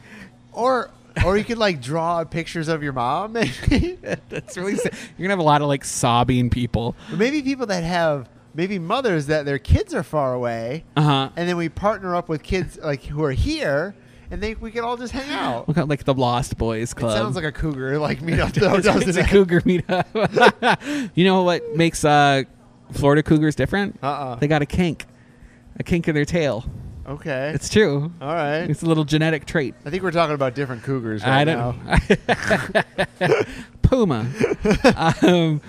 Speaker 1: or or you could like draw pictures of your mom, maybe,
Speaker 2: That's really sad. you're gonna have a lot of like sobbing people.
Speaker 1: Or maybe people that have maybe mothers that their kids are far away,
Speaker 2: Uh huh.
Speaker 1: and then we partner up with kids like who are here, and they we could all just hang out.
Speaker 2: Look at like the Lost Boys
Speaker 1: It
Speaker 2: Club.
Speaker 1: sounds like a cougar like meetup though, Oh, doesn't
Speaker 2: it's a
Speaker 1: it?
Speaker 2: cougar meetup. you know what makes uh, Florida cougars different?
Speaker 1: Uh-uh.
Speaker 2: They got a kink, a kink in their tail.
Speaker 1: Okay.
Speaker 2: It's true.
Speaker 1: all right.
Speaker 2: It's a little genetic trait.
Speaker 1: I think we're talking about different cougars. Right
Speaker 2: I don't
Speaker 1: now.
Speaker 2: know. Puma. um,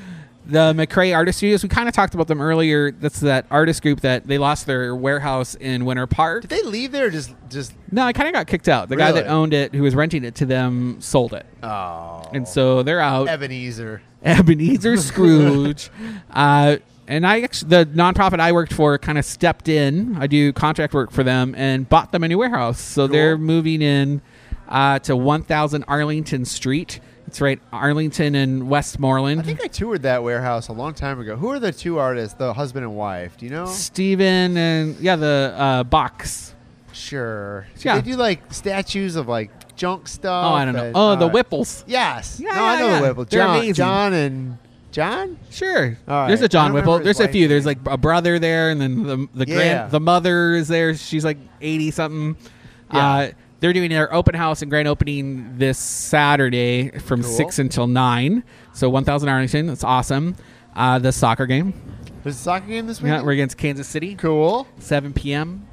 Speaker 2: the McRae Artist Studios. We kind of talked about them earlier. That's that artist group that they lost their warehouse in Winter Park.
Speaker 1: Did they leave there? Or just just
Speaker 2: No, I kind of got kicked out. The guy that
Speaker 1: Really?
Speaker 2: owned it, who was renting it to them, sold it,
Speaker 1: oh,
Speaker 2: and so they're out.
Speaker 1: Ebenezer.
Speaker 2: Ebenezer Scrooge. uh, and I actually, the nonprofit I worked for kind of stepped in. I do contract work for them and bought them a new warehouse. So they're moving in uh, to 1000 Arlington Street. That's right, Arlington and Westmoreland.
Speaker 1: I think I toured that warehouse a long time ago. Who are the two artists, the husband and wife? Do you know?
Speaker 2: Steven and, yeah, the uh, box.
Speaker 1: Sure. Do
Speaker 2: Yeah.
Speaker 1: They do like statues of like junk stuff.
Speaker 2: Oh, I don't know.
Speaker 1: and-
Speaker 2: Oh,
Speaker 1: all
Speaker 2: the
Speaker 1: right.
Speaker 2: Whipples.
Speaker 1: Yes.
Speaker 2: Yeah,
Speaker 1: no, I
Speaker 2: yeah,
Speaker 1: know
Speaker 2: yeah.
Speaker 1: the Whipple.
Speaker 2: They're
Speaker 1: John,
Speaker 2: amazing.
Speaker 1: John and John.
Speaker 2: Sure.
Speaker 1: All right.
Speaker 2: There's a
Speaker 1: I
Speaker 2: John
Speaker 1: don't remember
Speaker 2: Whipple.
Speaker 1: his
Speaker 2: There's a
Speaker 1: wife's
Speaker 2: few. There's
Speaker 1: name.
Speaker 2: like a brother there, and then the the
Speaker 1: Yeah.
Speaker 2: grand the mother is there. She's like 80 something.
Speaker 1: Yeah.
Speaker 2: Uh, they're doing their open house and grand opening this Saturday from
Speaker 1: Cool.
Speaker 2: six until nine. So 1,000 Arlington. That's awesome. Uh, the soccer game.
Speaker 1: There's a soccer game this week.
Speaker 2: Yeah, we're against Kansas City.
Speaker 1: cool.
Speaker 2: 7 p.m.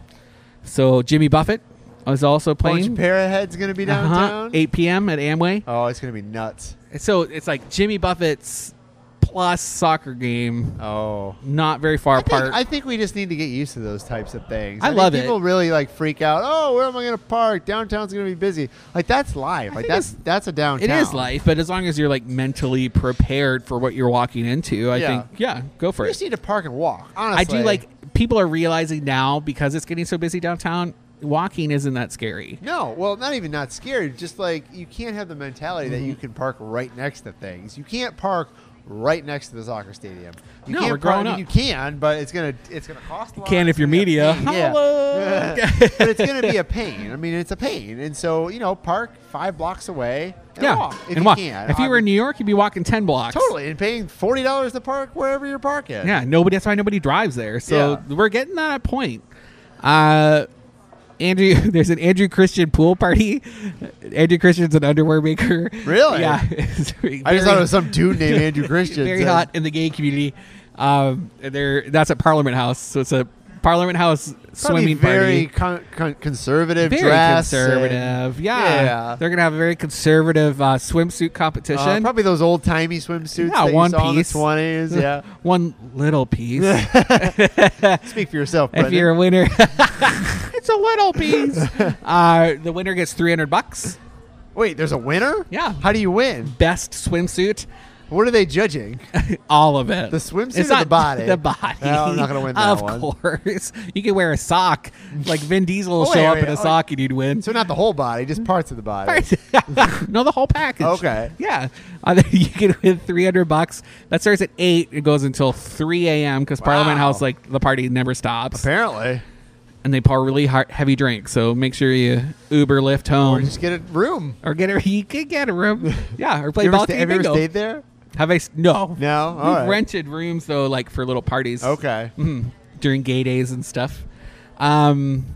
Speaker 2: So Jimmy Buffett is also
Speaker 1: Bunch
Speaker 2: playing.
Speaker 1: of Parahead's gonna be
Speaker 2: Uh-huh.
Speaker 1: downtown.
Speaker 2: 8 p.m. at Amway.
Speaker 1: Oh, it's gonna be nuts.
Speaker 2: So it's like Jimmy Buffett's plus soccer game.
Speaker 1: Oh.
Speaker 2: Not very far
Speaker 1: I
Speaker 2: apart.
Speaker 1: think, I think we just need to get used to those types of things.
Speaker 2: I
Speaker 1: think
Speaker 2: love it.
Speaker 1: People really like freak out. Oh, where am I going to park? Downtown's going to be busy. Like that's life. Like
Speaker 2: think
Speaker 1: that's
Speaker 2: it's-
Speaker 1: that's a downtown.
Speaker 2: It is life, but as long as you're like mentally prepared for what you're walking into, I
Speaker 1: Yeah.
Speaker 2: think yeah, go for
Speaker 1: You
Speaker 2: it.
Speaker 1: just need to park and walk.
Speaker 2: I
Speaker 1: Honestly,
Speaker 2: do like people are realizing now because it's getting so busy downtown, walking isn't that scary.
Speaker 1: No, well, not even not scared. Just like you can't have the mentality that
Speaker 2: Mm-hmm.
Speaker 1: you can park right next to things. You can't park right next to the soccer stadium. You
Speaker 2: No,
Speaker 1: can't
Speaker 2: we're
Speaker 1: park- I
Speaker 2: growing
Speaker 1: mean,
Speaker 2: up.
Speaker 1: You can, but it's gonna it's gonna cost. A lot.
Speaker 2: Can if
Speaker 1: It's
Speaker 2: you're
Speaker 1: gonna be a
Speaker 2: media.
Speaker 1: pain. Yeah.
Speaker 2: Hello.
Speaker 1: but it's gonna be a pain. I mean, it's a pain, and so you know, park five blocks away. And
Speaker 2: yeah,
Speaker 1: walk if
Speaker 2: and
Speaker 1: you
Speaker 2: walk.
Speaker 1: can.
Speaker 2: If you were in New York, you'd be walking ten blocks.
Speaker 1: Totally, and paying forty dollars to park wherever you're parking.
Speaker 2: Yeah, nobody. That's why nobody drives there. So we're getting that point. Uh, Andrew, there's an Andrew Christian pool party. Andrew Christian's an underwear maker.
Speaker 1: Really?
Speaker 2: Yeah. It's very-
Speaker 1: I just thought it was some dude named Andrew Christian.
Speaker 2: very
Speaker 1: so-
Speaker 2: hot in the gay community. Um, and they're that's at Parliament House, so it's a Parliament House
Speaker 1: Probably
Speaker 2: swimming
Speaker 1: very
Speaker 2: party.
Speaker 1: Con- con- conservative
Speaker 2: Very
Speaker 1: dress. and,
Speaker 2: conservative, yeah.
Speaker 1: Yeah.
Speaker 2: They're gonna have a very conservative uh, swimsuit
Speaker 1: uh,
Speaker 2: competition.
Speaker 1: probably those old timey swimsuits.
Speaker 2: Yeah,
Speaker 1: that you
Speaker 2: one
Speaker 1: saw in the
Speaker 2: piece.
Speaker 1: 20s. Yeah.
Speaker 2: One little piece.
Speaker 1: Speak for yourself,
Speaker 2: if
Speaker 1: Brendan.
Speaker 2: you're a winner, it's a little piece. uh, the winner gets three hundred bucks.
Speaker 1: Wait, there's a winner?
Speaker 2: Yeah.
Speaker 1: How do you win?
Speaker 2: Best swimsuit,
Speaker 1: What are they judging?
Speaker 2: all of it.
Speaker 1: The swimsuit
Speaker 2: It's
Speaker 1: or the
Speaker 2: not
Speaker 1: body?
Speaker 2: The body.
Speaker 1: No, I'm not gonna win that
Speaker 2: of
Speaker 1: one.
Speaker 2: course, you could wear a sock. Like Vin Diesel will
Speaker 1: Oh, wait,
Speaker 2: show up
Speaker 1: wait,
Speaker 2: in
Speaker 1: oh,
Speaker 2: a sock and you'd win.
Speaker 1: So not the whole body, just parts of the body.
Speaker 2: no, the whole package.
Speaker 1: Okay.
Speaker 2: Yeah, Uh, you can win three hundred bucks. That starts at eight. It goes until three a.m. because Parliament
Speaker 1: Wow.
Speaker 2: House, like the party, never stops,
Speaker 1: Apparently,
Speaker 2: and they pour really hard, heavy drinks. So make sure you Uber, Lyft home,
Speaker 1: or just get a room.
Speaker 2: or get a you could get a room. Yeah, or play
Speaker 1: You ever,
Speaker 2: balcony
Speaker 1: sta- have you ever
Speaker 2: bingo.
Speaker 1: stayed there?
Speaker 2: Have I? s- No,
Speaker 1: No. All
Speaker 2: We've
Speaker 1: right.
Speaker 2: rented rooms though, like for little parties.
Speaker 1: Okay.
Speaker 2: Mhm. during gay days and stuff. Um,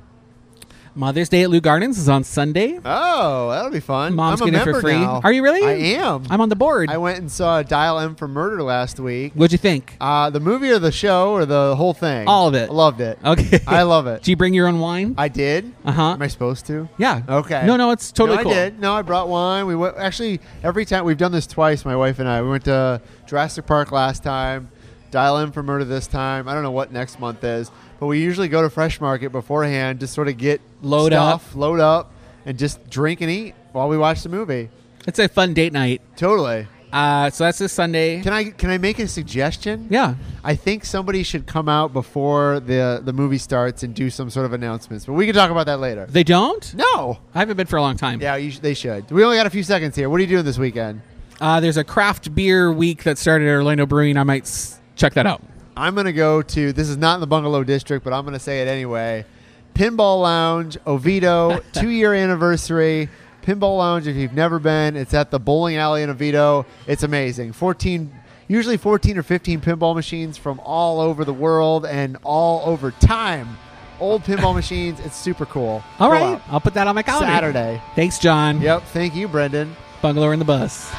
Speaker 2: Mother's Day at Lou Gardens is on Sunday.
Speaker 1: Oh, that'll be fun.
Speaker 2: Mom's
Speaker 1: I'm a
Speaker 2: getting it
Speaker 1: member
Speaker 2: for free.
Speaker 1: now.
Speaker 2: Are you really?
Speaker 1: I am.
Speaker 2: I'm on the board.
Speaker 1: I went and saw Dial M for Murder last week.
Speaker 2: What'd you think?
Speaker 1: Uh, the movie or the show or the whole thing?
Speaker 2: All of it.
Speaker 1: Loved it.
Speaker 2: Okay.
Speaker 1: I love it.
Speaker 2: Do you bring your own wine?
Speaker 1: I did.
Speaker 2: Uh huh.
Speaker 1: Am I supposed to?
Speaker 2: Yeah.
Speaker 1: Okay.
Speaker 2: No, no, it's totally
Speaker 1: no,
Speaker 2: cool.
Speaker 1: I did. No, I brought wine. We went, actually every time we've done this twice. My wife and I. We went to Jurassic Park last time. Dial in for murder this time. I don't know what next month is, but we usually go to Fresh Market beforehand to sort of get
Speaker 2: Load
Speaker 1: stuff, load up, and just drink and eat while we watch the movie.
Speaker 2: It's a fun date night.
Speaker 1: Totally.
Speaker 2: Uh, so that's this Sunday.
Speaker 1: Can I can I make a suggestion?
Speaker 2: yeah.
Speaker 1: I think somebody should come out before the the movie starts and do some sort of announcements. But we can talk about that later.
Speaker 2: They don't?
Speaker 1: No.
Speaker 2: I haven't been for a long time.
Speaker 1: Yeah, you sh- they should. We only got a few seconds here. What are you doing this weekend?
Speaker 2: Uh, there's a craft beer week that started at Orlando Brewing. I might s- check that out.
Speaker 1: I'm going to go to, this is not in the Bungalow District, but I'm going to say it anyway. Pinball Lounge, Oviedo, two year anniversary. Pinball Lounge, if you've never been, it's at the bowling alley in Oviedo. It's amazing. 14, usually 14 or 15 pinball machines from all over the world and all over time. Old pinball machines. It's super cool.
Speaker 2: All
Speaker 1: Go
Speaker 2: right.
Speaker 1: out.
Speaker 2: I'll put that on my calendar.
Speaker 1: Saturday.
Speaker 2: Thanks, John.
Speaker 1: Yep. Thank you, Brendan.
Speaker 2: Bungalow in the bus.